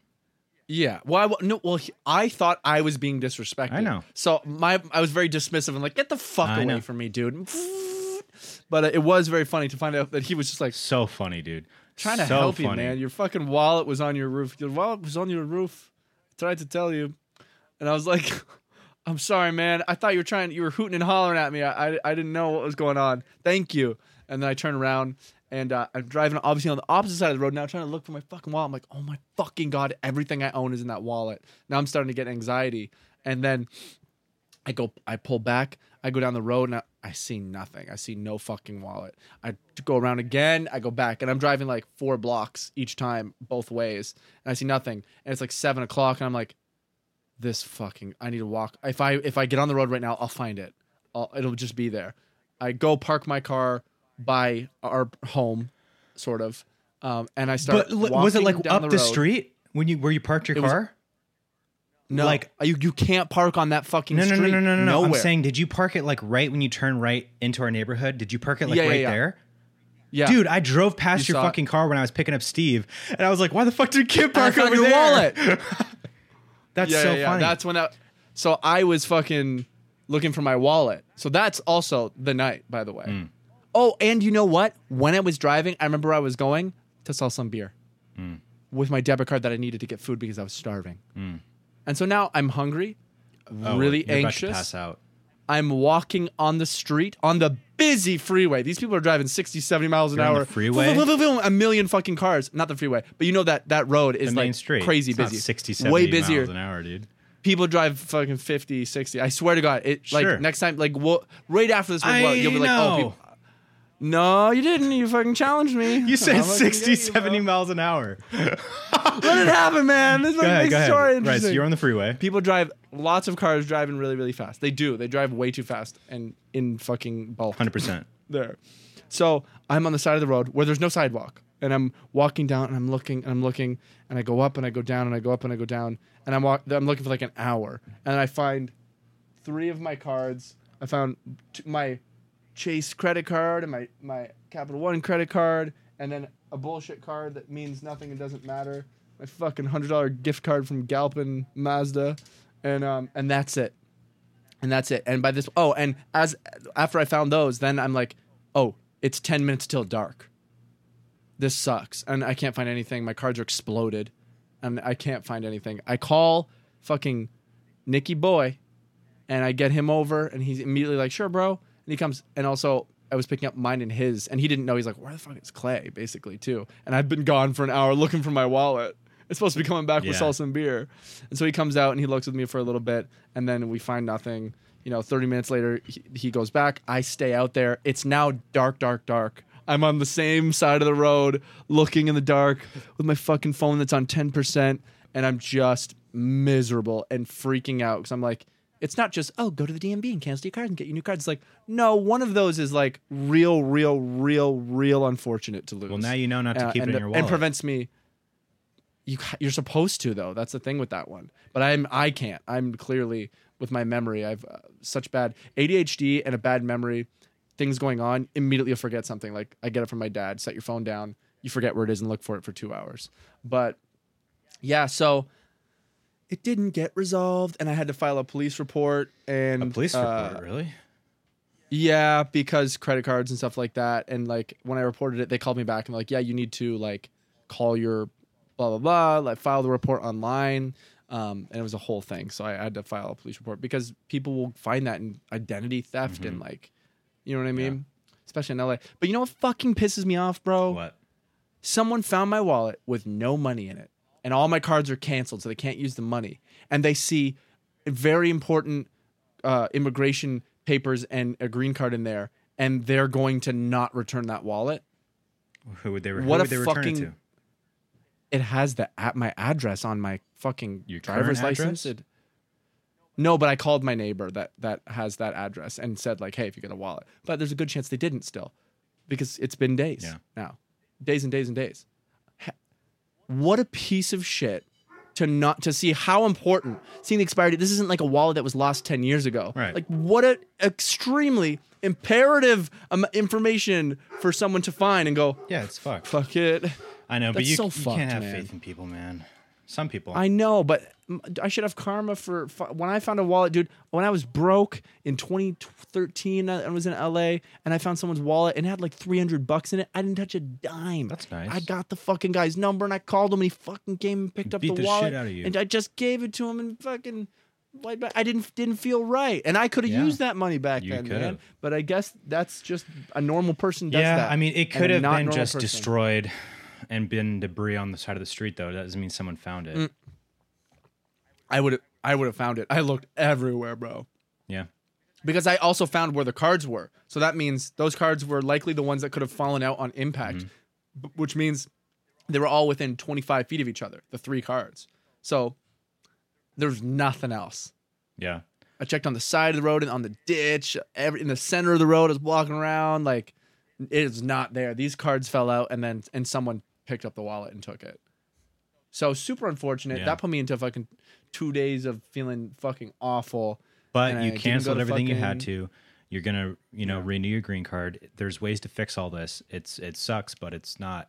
Yeah. Well, I, wa- no. Well, he- I thought I was being disrespected.
I know.
So my, I was very dismissive and like, get the fuck
I
away
know.
from me, dude. But uh, it was very funny to find out that he was just like
So funny, dude.
trying to
So
help you,
funny.
man. Your fucking wallet was on your roof. Your wallet was on your roof. I tried to tell you, and I was like, "I'm sorry, man. I thought you were trying. You were hooting and hollering at me. I, I, I didn't know what was going on. Thank you." And then I turn around and uh, I'm driving, obviously on the opposite side of the road now, trying to look for my fucking wallet. I'm like, "Oh my fucking god! Everything I own is in that wallet." Now I'm starting to get anxiety, and then I go, I pull back, I go down the road, and I, I see nothing. I see no fucking wallet. I go around again, I go back, and I'm driving like four blocks each time, both ways, and I see nothing. And it's like seven o'clock, and I'm like, this fucking, I need to walk. If I if I get on the road right now, I'll find it. I'll, it'll just be there. I go park my car by our home, sort of. Um, and I started.
But li- was it
walking
like
down
up the,
road.
street when you where you parked your
It was
car?
No,
like-
you, you can't park on that fucking
No, no, no,
street.
no, no, no, no. I'm
Nowhere.
saying, did you park it like right when you turn right into our neighborhood? Did you park it like
Yeah, yeah,
right
yeah.
there?
yeah.
Dude, I drove past
You
your
saw it.
fucking car when I was picking up Steve, and I was like, "Why the fuck did Kim
I
park
found
over
your
there?"
wallet.
That's
yeah,
so
yeah, yeah.
funny.
That's when I. So I was fucking looking for my wallet. So that's also the night, by the way.
Mm.
Oh, and you know what? When I was driving, I remember I was going to sell some beer
Mm.
with my debit card that I needed to get food because I was starving. And so now I'm hungry,
Oh,
really
you're About
anxious.
to pass out.
I'm walking on the street on the busy freeway. These people are driving 60, 70 miles an
You're on
hour.
the freeway?
Vroom, vroom, vroom, vroom, A million fucking cars. Not the freeway, but you know that that road is
The
like
main street,
crazy
It's not
busy.
60, 70
way busier.
miles an hour, dude.
People drive fucking 50, 60. I swear to God, it
Sure.
like next time, like we'll, right after this, we'll,
I
you'll be like, oh,
know.
people. No, you didn't. You fucking challenged me.
You said
I'm like,
60,
yeah,
70 miles an hour.
Let it happen, man. This is
Go
what
ahead, go
makes the
ahead.
story
Right,
interesting.
so you're on the freeway.
People drive lots of cars driving really, really fast. They do. They drive way too fast and in fucking bulk.
100%.
there. So I'm on the side of the road where there's no sidewalk, and I'm walking down, and I'm looking, and I'm looking, and I go up, and I go down, and I go up, and I go down, and I'm walk- I'm looking for like an hour, and I find three of my cards. I found t- my Chase credit card and my my Capital One credit card, and then a bullshit card that means nothing and doesn't matter. My fucking hundred dollar gift card from Galpin Mazda, and um and that's it and that's it. And by this, oh, and as after I found those, then I'm like, oh, it's ten minutes till dark. This sucks, and I can't find anything. My cards are exploded, and I can't find anything. I call fucking Nicky Boy, and I get him over, and he's immediately like, sure, bro. And he comes, and also I was picking up mine and his, and he didn't know. He's like, where the fuck is Clay? Basically, too. And I've been gone for an hour looking for my wallet. It's supposed to be coming back with
Yeah.
salsa and beer. And so he comes out and he looks with me for a little bit, and then we find nothing. You know, 30 minutes later, he, he goes back. I stay out there. It's now dark, dark, dark. I'm on the same side of the road, looking in the dark with my fucking phone that's on 10%, and I'm just miserable and freaking out because I'm like, it's not just, oh, go to the DMB and cancel your card and get your new cards. It's like, no, one of those is like real, real, real, real unfortunate to lose.
Well, now you know not to
Uh,
keep
and,
it in your
and
wallet.
prevents me. You ca- you're supposed to though. That's the thing with that one. But I'm I can't. I'm clearly with my memory. I've uh, such bad ADHD and a bad memory. Things going on immediately you'll forget something. Like I get it from my dad. Set your phone down. You forget where it is and look for it for two hours. But yeah, so it didn't get resolved, and I had to file a police report. And
a police
uh,
report, really?
yeah, because credit cards and stuff like that. And like when I reported it, they called me back and like, yeah, you need to like call your blah blah blah, like file the report online. Um, and it was a whole thing. So I had to file a police report because people will find that in identity theft and like, you know what I mean? Especially in LA. But you know what fucking pisses me off, bro?
What?
someone found my wallet with no money in it and all my cards are canceled so they can't use the money and they see very important uh, immigration papers and a green card in there and they're going to not return that wallet
Who would they, who
What a
would they return it
fucking
to?
it has the at my address on my fucking
Your
driver's
current
license
address?
It- no but i called my neighbor that that has that address and said like hey if you get a wallet but there's a good chance they didn't still because it's been days
Yeah.
now days and days and days what a piece of shit to not to see how important seeing the expired date. This isn't like a wallet that was lost ten years ago.
Right.
Like what a extremely imperative um, information for someone to find and go
Yeah, it's fucked.
fuck it.
I know, but
That's
you,
so
you
fucked,
can't have
man.
faith in people, man. Some people.
I know, but m- I should have karma for fu- when I found a wallet, dude. When I was broke in 2013, I I was in LA and I found someone's wallet and it had like 300 bucks in it. I didn't touch a dime.
That's nice.
I got the fucking guy's number and I called him and he fucking came and picked up
Beat
the,
the
wallet
shit out of you.
and I just gave it to him and fucking. wiped my- I didn't didn't feel right, and I could have
Yeah.
used that money back
You
then, man.
could've.
But I guess that's just a normal person does
yeah,
that.
I mean, it
and a
could have
not
been
normal
just
person.
destroyed and been debris on the side of the street, though. That doesn't mean someone found
Mm.
it.
I would I would have found it. I looked everywhere, bro.
Yeah.
because I also found where the cards were. So that means those cards were likely the ones that could have fallen out on impact, b- which means they were all within 25 feet of each other, the three cards. So there's nothing else.
Yeah.
I checked on the side of the road and on the ditch, every, in the center of the road. I was walking around like it is not there. These cards fell out, and then and someone picked up the wallet and took it. So super unfortunate.
Yeah.
That put me into fucking two days of feeling fucking awful.
But
And I
you
didn't go
canceled
to
everything you had
fucking-
to. You're gonna, you know, renew your green card. There's ways to fix all this. It's it sucks, but it's not.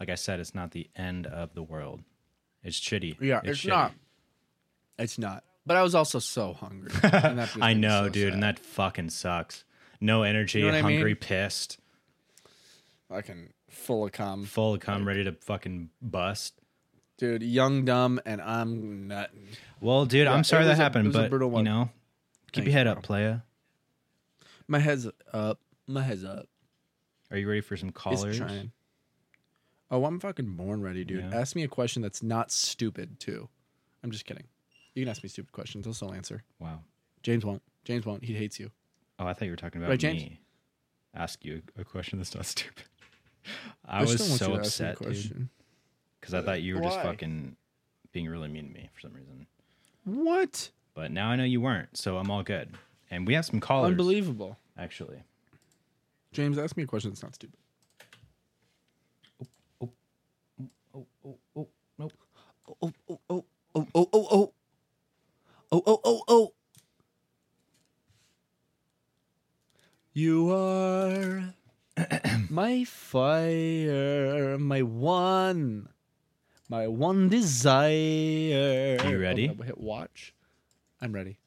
Like I said, it's not the end of the world. It's shitty.
Yeah, it's,
shitty.
not. It's not. But I was also so hungry. And that
I
made me
know,
so
dude, and
sad.
that fucking sucks. No energy,
You know what I
hungry,
mean?
pissed,
fucking full of cum,
full of cum, ready to fucking bust.
dude. Young, dumb, and I'm nutting.
Well, dude,
Yeah,
I'm sorry
it
that
was a- it
happened,
was a
but
brutal
you
one.
know, keep
Thanks,
your head
bro.
up, playa.
My head's up. My head's up.
Are you ready for some
It's
callers?
trying. Oh, I'm fucking born ready, dude.
Yeah.
Ask me a question that's not stupid, too. I'm just kidding. You can ask me stupid questions. I'll still answer.
Wow.
James won't. James won't. He hates you.
Oh, I thought you were talking about
Right, James?
me. Ask you a question that's not stupid. I,
still
was
want
so
you to ask me a
upset because I thought you were just
Why?
fucking being really mean to me for some reason.
What?
But now I know you weren't, so I'm all good. And we have some callers,
Unbelievable.
actually.
James, ask me a question that's not stupid.
Oh, oh, oh, nope.
oh, oh, oh, oh, oh, oh, oh, oh, oh, oh, oh. You are my fire, my one, my one desire.
You
Oh,
ready?
no, hit watch. I'm ready.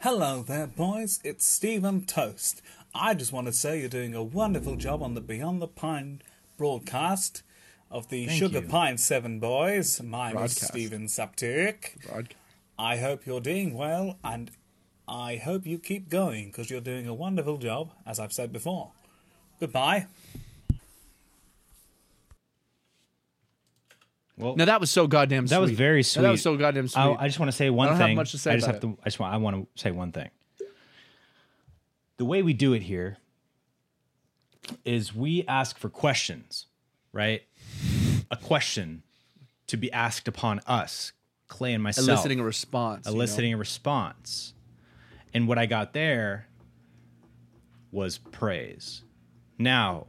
Hello there, boys. It's Stephen Toast. I just want to say you're doing a wonderful job on the Beyond the Pine broadcast of the
Thank
Sugar
you.
Pine Seven Boys. My name is
Broadcast.
Stephen Saptik.
Broadcast.
I hope you're doing well, and I hope you keep going because you're doing a wonderful job, as I've said before. Goodbye.
Well,
Now that was so goddamn.
That was
sweet.
very
Now, that was
sweet.
so goddamn sweet.
I, I just want to say one
I don't have
thing.
much to say
I just
about
have to. I just want. I want to say one thing. The way we do it here is we ask for questions, right? A question to be asked upon us, Clay and myself,
eliciting a response. you know?
eliciting a response. And what I got there was praise. Now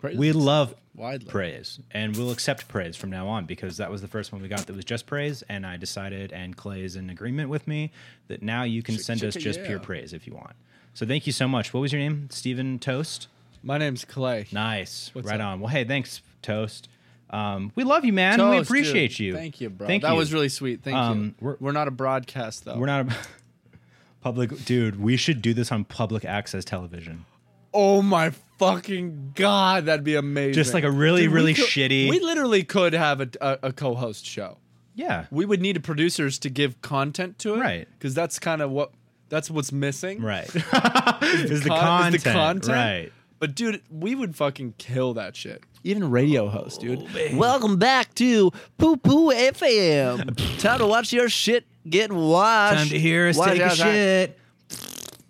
Praise
we
is
love
widely.
praise and we'll accept praise from now on because that was the first one we got that was just praise and i decided and clay is in agreement with me that now you can send us
chicka,
just pure
yeah.
praise if you want so thank you so much what was your name stephen toast
My name's Clay.
nice
What's
right
up?
on well hey thanks toast um, we love you man we
Toast, dude.
appreciate you
Thank you, bro.
thank
that
you.
was really sweet. Thank you.
Um,
We're,
we're-
not a broadcast though.
we're not a public dude we should do this on public access television
oh my fucking god, that'd be amazing.
Just like a really,
we
really
could-
shitty-
We literally could have a, a, a co-host show.
yeah
We would need producers to give content to it,
Right.
Because that's kind of what that's what's missing,
right is the
Con-
content
is the content.
right
But dude, we would fucking kill that shit. Even
Oh,
radio host, dude. Welcome back to Poo Poo FM. Time to watch your shit get washed.
time to hear us take a shit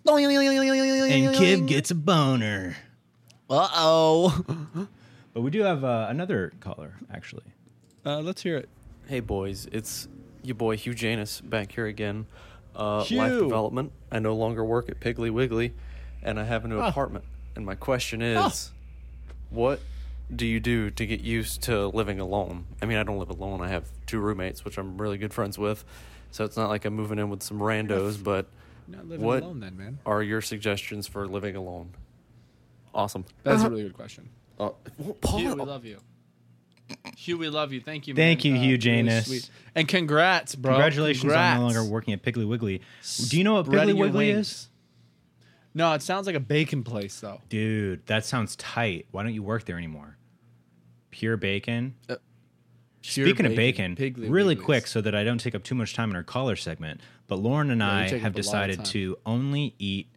and Kib gets a boner.
Uh oh.
But we do have uh, another caller, actually.
Uh, let's hear it.
Hey boys, it's your boy Hugh Janus back here again. Uh,
Hugh.
Life development. I no longer work at Piggly Wiggly, and I have a new apartment. And my question is, what do you do to get used to living alone? I mean, I don't live alone. I have two roommates, which I'm really good friends with, so it's not like I'm moving in with some randos. But
Not living
What?
alone, then, man.
are your suggestions for living alone? Awesome.
That's a really good question.
Uh, Paul,
Hugh, we love you. Hugh, we love you. Thank you.
Thank
man. Uh,
you, Hugh
really
Janus.
sweet. and congrats, bro.
Congratulations
Oh, Congrats.
on no longer working at Piggly Wiggly. Do you know what
Spreading
Piggly
your
Wiggly
wings.
is?
No, it sounds like a bacon place, though.
Dude, that sounds tight. Why don't you work there anymore? Pure bacon.
Pure
Speaking of bacon,
Piggly
really
Wigglies.
quick so that I don't take up too much time in our caller segment, but Lauren and I
you take
have
up a lot of
decided
time.
to only eat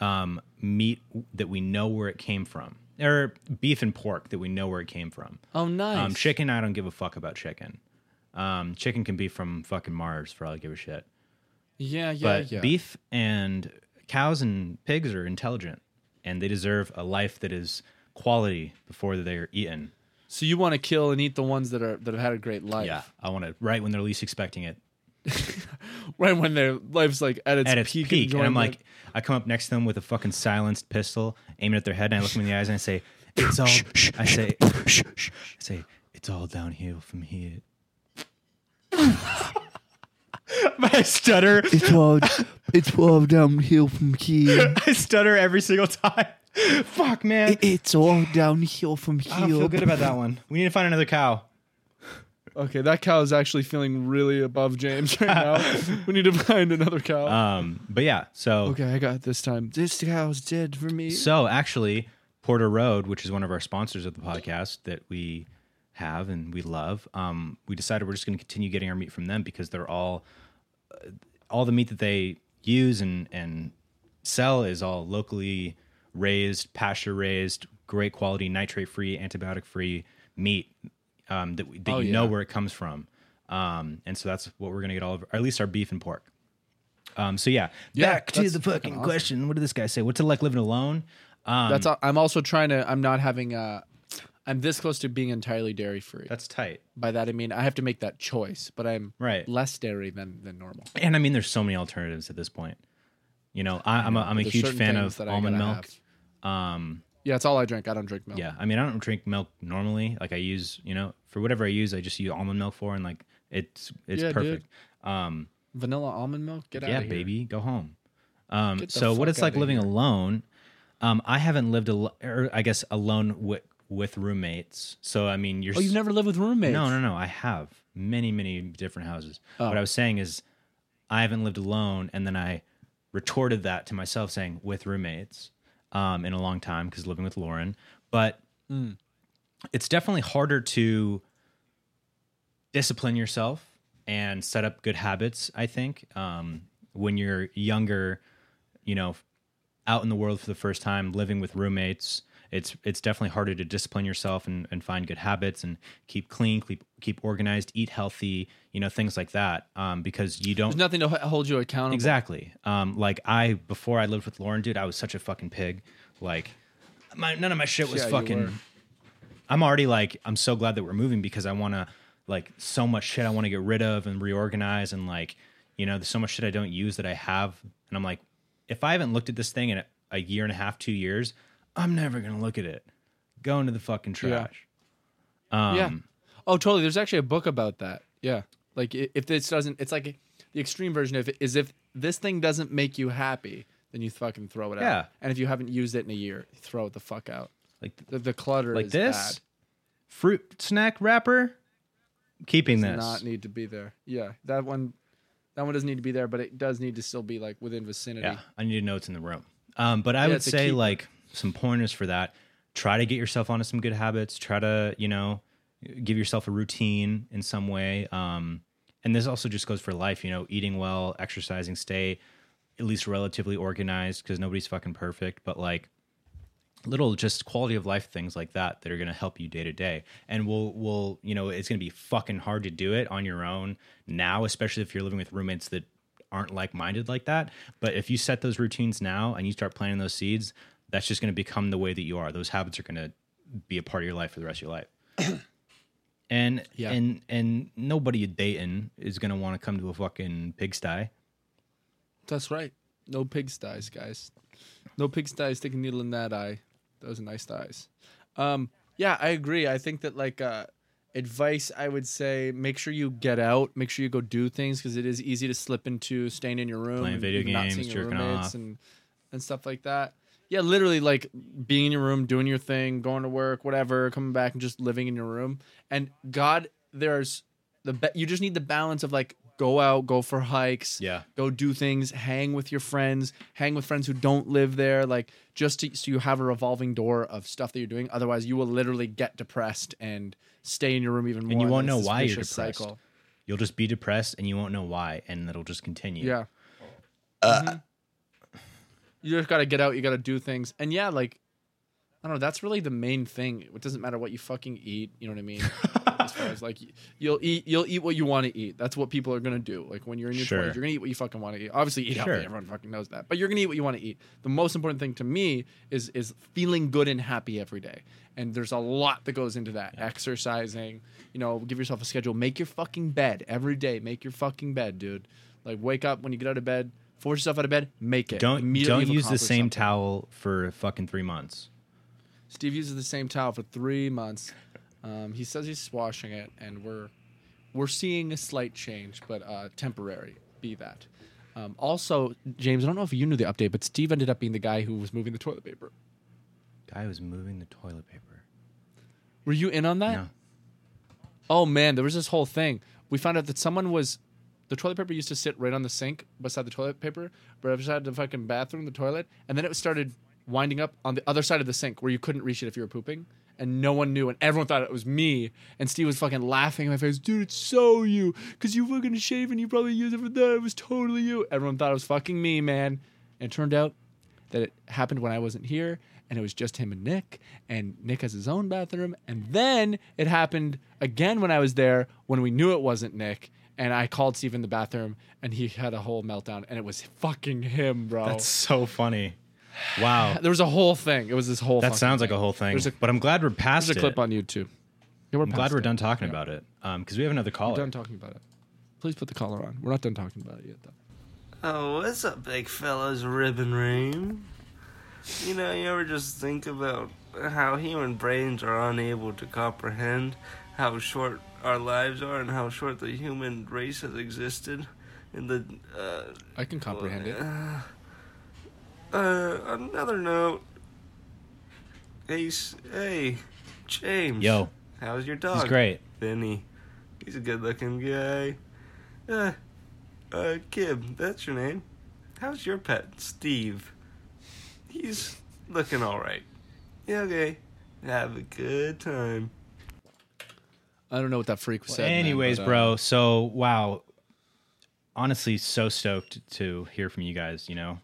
um, meat that we know where it came from, or beef and pork that we know where it came from.
Oh, nice.
Um, chicken, I don't give a fuck about chicken. Um, chicken can be from fucking Mars for all I give a shit.
Yeah, yeah,
But
yeah.
beef and cows and pigs are intelligent and they deserve a life that is quality before they are eaten.
So you want to kill and eat the ones that are that have had a great life.
Yeah, I want to, right when they're least expecting it,
Right when their life's like at its,
at its
peak,
peak, and I'm
enjoyment.
like, I come up next to them with a fucking silenced pistol, aim it at their head, and I look them in the eyes and I say, It's all I say. I say it's all downhill from here. My stutter.
It's all, it's all downhill from here.
I stutter every single time. Fuck, man.
It's all downhill from here.
I don't feel good about that one. We need to find another cow.
Okay, that cow is actually feeling really above James right now. we need to find another cow.
Um, but yeah, so
okay, I got it this time. This cow's dead for me.
So actually, Porter Road, which is one of our sponsors of the podcast that we have and we love, um, we decided we're just going to continue getting our meat from them because they're all uh, all the meat that they use and and sell is all locally raised, pasture raised, great quality, nitrate free, antibiotic free meat um, that, we, that
Oh,
you know where it comes from. Um, and so that's what we're going to get all of, or at least our beef and pork. Um, so yeah, back to
that's
the fucking question. What did this guy say? What's it like living alone? Um,
That's all, I'm also trying to. I'm not having. Uh, I'm this close to being entirely dairy free.
that's tight,
By that I mean I have to make that choice, but I'm
right?
less dairy than than normal.
And I mean, there's so many alternatives at this point. You know, I, I'm a, I'm a
There's
huge
certain
fan
things
of
that I
almond
gotta
milk.
have.
Um,
Yeah, it's all I drink. I don't drink milk.
yeah, I mean, I don't drink milk normally. Like I use, you know, for whatever I use, I just use almond milk for, and like it's it's
Yeah, dude.
perfect. Um,
Vanilla almond milk. Get out
yeah,
of here.
baby, go home. Um,
Get the
so what
fuck
it's like
outta
living alone? Um, I haven't lived al- or I guess alone with with roommates. So I mean, you're
Oh, you've
s-
never lived with roommates? Oh.
No, no, no. I have many, many different houses. What I was saying is, I haven't lived alone, and then I retorted that to myself, saying with roommates um, in a long time because living with Lauren. But it's definitely harder to discipline yourself and set up good habits. I think um, when you're younger, you know, out in the world for the first time, living with roommates, it's it's definitely harder to discipline yourself and, and find good habits and keep clean, keep keep organized, eat healthy, you know, things like that. Um, because you don't
There's nothing to h- hold you accountable.
Exactly. Um, like I before I lived with Lauren, dude, I was such a fucking pig. Like my none of my shit was
Yeah, you were.
fucking. I'm already like I'm so glad that we're moving because I want to like so much shit I want to get rid of and reorganize and like you know there's so much shit I don't use that I have and I'm like if I haven't looked at this thing in a, a year and a half, two years, I'm never gonna look at it. Go into the fucking trash.
yeah.
um,
Oh, totally. There's actually a book about that. Yeah. Like i- if this doesn't, it's like the extreme version of it is if this thing doesn't make you happy, then you fucking throw it out.
Yeah.
And if you haven't used it in a year, throw it the fuck out.
Like
The, the clutter
like
is
this
bad.
fruit snack wrapper. Keeping
Does
this.
not need to be there. Yeah. That one. That one doesn't need to be there, but it does need to still be like within vicinity.
Yeah, I need to know it's in the room. Um, but I would
it's a
say
keeper.
like some pointers for that. Try to get yourself onto some good habits. Try to you know give yourself a routine in some way. Um, and this also just goes for life. You know, eating well, exercising, stay at least relatively organized because nobody's fucking perfect. But like little just quality of life things like that that are going to help you day to day and will will you know it's going to be fucking hard to do it on your own now especially if you're living with roommates that aren't like-minded like that but if you set those routines now and you start planting those seeds that's just going to become the way that you are those habits are going to be a part of your life for the rest of your life and
Yeah.
and and nobody you dating is going to want to come to a fucking pigsty
That's right. No pigsties, guys. No pigsties. Stick a needle in that eye. Those are nice eyes. Um, yeah, I agree. I think that like uh, advice, I would say make sure you get out. Make sure you go do things because it is easy to slip into staying in your room,
Playing
and
video
not
games,
seeing your
jerking
roommates
off.
and and stuff like that. Yeah, literally like being in your room, doing your thing, going to work, whatever, coming back and just living in your room. And God, there's the ba- you just need the balance of like go out, go for hikes,
Yeah.
go do things, hang with your friends, hang with friends who don't live there, like just to, so you have a revolving door of stuff that you're doing. Otherwise, you will literally get depressed and stay in your room even more.
and you won't
it's
know
this
why you're
vicious
depressed you'll just be depressed and you won't know why and it'll just continue
Yeah. Mhm. You just got to get out. You got to do things. And yeah, like, I don't know. That's really the main thing. It doesn't matter what you fucking eat. You know what I mean? as far as like, you'll eat, you'll eat what you want to eat. That's what people are gonna do. Like when you're in your
Sure.
20s, you're gonna eat what you fucking want to eat. Obviously, eat healthy.
Sure.
Everyone fucking knows that. But you're gonna eat what you want to eat. The most important thing to me is is feeling good and happy every day. And there's a lot that goes into that. Exercising, you know, give yourself a schedule. Make your fucking bed every day. Make your fucking bed, dude. Like wake up when you get out of bed. Force yourself out of bed. Make it.
don't
Immediately
don't
you've
use the
accomplished
same
something.
towel for fucking three months.
Steve uses the same towel for three months. Um, he says he's washing it, and we're we're seeing a slight change, but uh, temporary. Be that. Um, also, James, I don't know if you knew the update, but Steve ended up being the guy who was moving the toilet paper.
Guy was moving the toilet paper.
Were you in on that?
No.
Oh man, there was this whole thing. We found out that someone was the toilet paper used to sit right on the sink beside the toilet paper, but beside the fucking bathroom, the toilet, and then it started winding up on the other side of the sink where you couldn't reach it if you were pooping. And no one knew, and everyone thought it was me. And Steve was fucking laughing in my face, dude. It's so you, cause you fucking shave and you probably use it for that. It was totally you. Everyone thought it was fucking me, man. And it turned out that it happened when I wasn't here, and it was just him and Nick, and Nick has his own bathroom, and then it happened again when I was there when we knew it wasn't Nick, and I called Steve in the bathroom, and he had a whole meltdown, and it was fucking him, bro.
That's so funny. Wow.
there was a whole thing. It was this whole.
That
fucking
sounds like
thing.
a whole thing.
There's a,
but I'm glad we're past
there's a
it.
clip on YouTube. Yeah, we're
I'm glad
past
we're
it.
done talking about it because we have another
We're
caller.
done talking about it. Please put the collar on. We're not done talking about it yet, though.
Oh, what's up, big fellas, Ribbon Ream? You know, you ever just think about how human brains are unable to comprehend how short our lives are and how short the human race has existed in the uh,
I can comprehend it.
Uh, another note. Ace, hey, James.
Yo.
How's your dog?
He's great.
Benny. He's a good looking guy. Uh, uh, Kib, that's your name. How's your pet, Steve? He's looking alright. Yeah, okay. Have a good time.
I don't know what that freak was saying.
Anyways,
uh,
bro. So wow. Honestly, so stoked to hear from you guys. You know,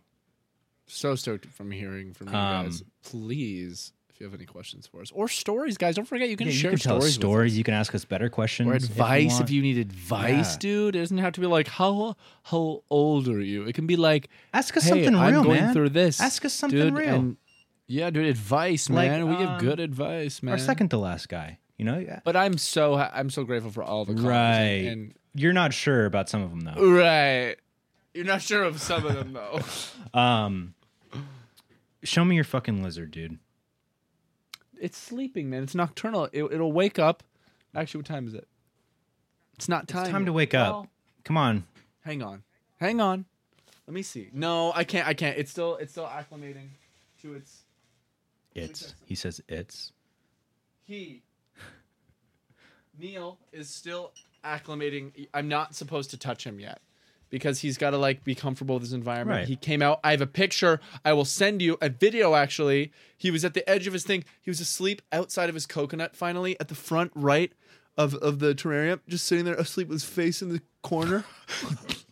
so stoked from hearing from you
Um,
guys. Please, if you have any questions for us or stories, guys, don't forget you can
Yeah,
share
you can tell
stories,
us
with
stories. You can ask us better questions
us. or advice if you,
want.
need advice,
Yeah.
dude. It doesn't have to be like how how old are you. It can be like
Ask us
hey,
something
I'm
real,
going
man.
through this.
Ask us something
dude,
real.
and- yeah, dude, advice,
Like,
man. we give
um,
good advice, man.
Our second to last guy. You know, yeah.
but I'm so ha- I'm so grateful for all the calls
right.
and,
You're not sure about some of them though.
and right. You're not sure of some of them though.
Um, show me your fucking lizard, dude.
it's sleeping, man. It's nocturnal. It, it'll wake up. Actually, what time is it? It's not time.
It's time to
yet.
wake up.
Well,
Come on.
hang on, hang on. Let me see. No, I can't. I can't. It's still. It's still acclimating to its
It's. He says it's.
he. Neil is still acclimating. I'm not supposed to touch him yet. Because he's got to like be comfortable with his environment.
Right.
He came out. I have a picture. I will send you a video. Actually, he was at the edge of his thing. He was asleep outside of his coconut. Finally, at the front right of of the terrarium, just sitting there asleep with his face in the corner.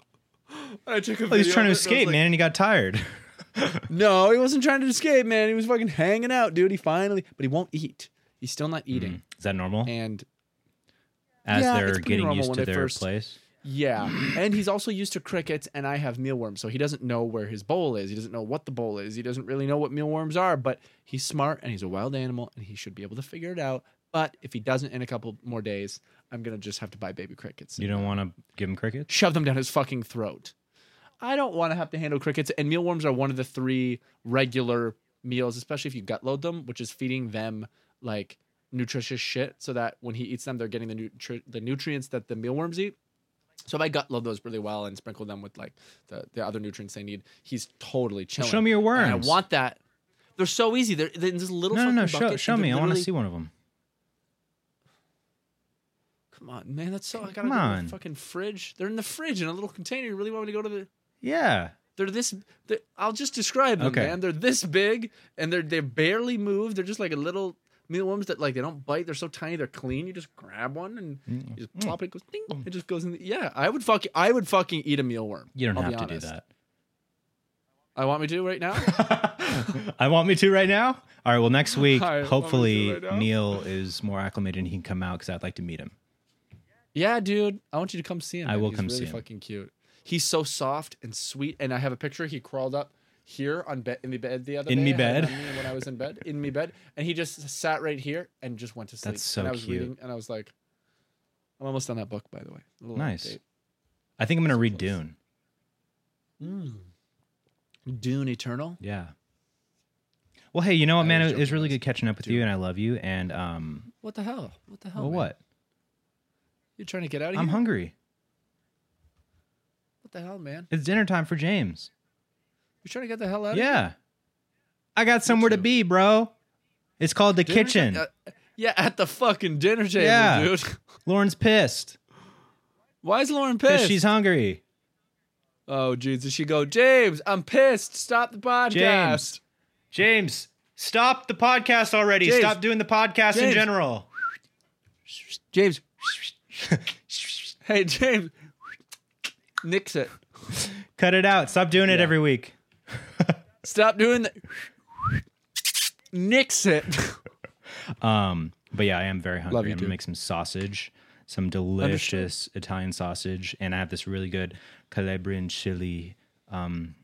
I took a.
Oh, he's trying to
video of it, and I was
escape,
like,
man, and he got tired.
no, he wasn't trying to escape, man. He was fucking hanging out, dude. He finally, but he won't eat. He's still not eating.
Is that normal?
And
As
yeah, it's
they're
pretty
getting
normal
used
when
to
they
their
first-
place.
yeah, and he's also used to crickets, and I have mealworms, so he doesn't know where his bowl is. He doesn't know what the bowl is. He doesn't really know what mealworms are, but he's smart and he's a wild animal, and he should be able to figure it out. But if he doesn't in a couple more days, I'm gonna just have to buy baby crickets.
You don't want to give him crickets.
shove them down his fucking throat. I don't want to have to handle crickets, and mealworms are one of the three regular meals, especially if you gut load them, which is feeding them like nutritious shit, so that when he eats them, they're getting the nutri- the nutrients that the mealworms eat. So if I gut load those really well and sprinkle them with like the, the other nutrients they need, he's totally chilling.
me your
And
worms.
I want that. They're so easy. They're, they're in this little
No, no, no.
fucking
Show,
bucket,
show
and
me.
they're
I want to
literally-
see one of them.
Come on, man. That's so. I gotta
Come
go to the
on.
fucking fridge. They're in the fridge in a little container. You really want me to go to the?
Yeah.
They're this. They're, I'll just describe them,
Okay.
man. They're this big, and they're they barely move. They're just like a little mealworms that like they don't bite. They're so tiny. They're clean. You just grab one and
Mm.
you just plop it. It goes ding. It just goes in. The, yeah, I would fucking I would fucking eat a mealworm.
You don't
I'll
have
be
to do
honest.
that.
I want me to right now.
I want me to right now. All right. Well, next week,
I want me to
hopefully
right now.
Neil is more acclimated and he can come out because I'd like to meet him.
yeah, dude. I want you to come see him.
I
man.
will
He's
come
really
see him.
Fucking cute. He's so soft and sweet. And I have a picture. He crawled up here on bed in the bed the other
In
day.
me
I had it
bed.
on me when I was in bed in me bed, and he just sat right here and just went to sleep.
That's so
and I was
cute.
Reading, and I was like, I'm almost on that book, by the way. A little
Nice.
update.
I think I'm gonna read Dune.
Dune Eternal.
Yeah. Well, hey, you know what, man?
was
It was
joking,
really
guys.
good catching up with you, and I love you. And um,
What the hell? What the hell?
well,
Oh, man?
what?
You're trying to get out of
I'm
here?
hungry.
What the hell, man?
It's dinner time for James.
You're trying to get the hell out
Yeah, I got somewhere to be, bro. It's called the
of here?
kitchen.
Uh, yeah, at the fucking dinner table,
Yeah.
dude.
Lauren's pissed
Why is Lauren
'cause
pissed?
she's hungry.
oh, Jesus. She go, James, I'm pissed. Stop the podcast.
James. James, stop the podcast already.
James.
Stop doing the podcast in
James.
general.
James. hey, James. Nix it.
Cut it out. Stop doing it every week.
Stop doing that. Nix it.
Um, but yeah, I am very hungry.
you,
I'm
dude.
gonna make some sausage, some delicious Italian sausage, and I have this really good Calabrian chili um,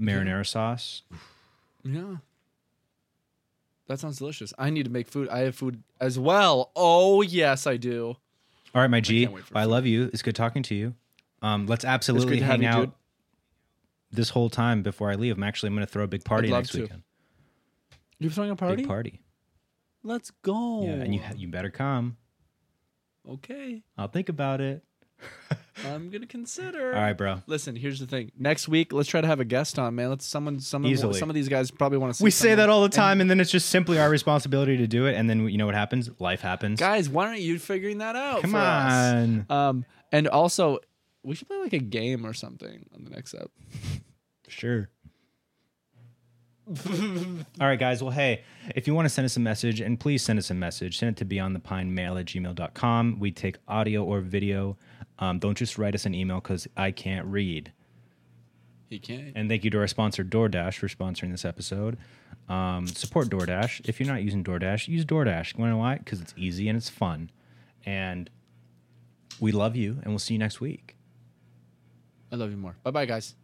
marinara sauce.
yeah. That sounds delicious. I need to make food. I have food as well. Oh, yes, I do.
All right, my G, I,
wait for
love you. It's good talking to you. Um, let's
It's good
absolutely
to have
hang
you,
out
dude.
this whole time before I leave. I'm actually I'm gonna throw a big party
I'd love
next
to.
weekend.
You're throwing a party?
Big party.
Let's go.
Yeah, and you ha- you better come.
okay.
I'll think about it.
I'm gonna consider.
All right, bro.
Listen, here's the thing. Next week, let's try to have a guest on, man. Let's someone, someone,
Easily.
some of these guys probably want to.
We say that all the time, and then it's just simply our responsibility to do it. And then you know what happens? Life happens.
guys. Why aren't you figuring that out?
Come
for us?
on.
Um, and also, we should play like a game or something on the next up.
Sure. All right, guys. Well, hey, if you want to send us a message, and please send us a message, send it to beyondthepinemail at gmail.com. We take audio or video. Um, don't just write us an email because I can't read.
He can't.
And thank you to our sponsor, DoorDash, for sponsoring this episode. Um, support DoorDash. If you're not using DoorDash, use DoorDash. You want to know why? Because it's easy and it's fun. And we love you, and we'll see you next week.
I love you more. Bye, bye, guys.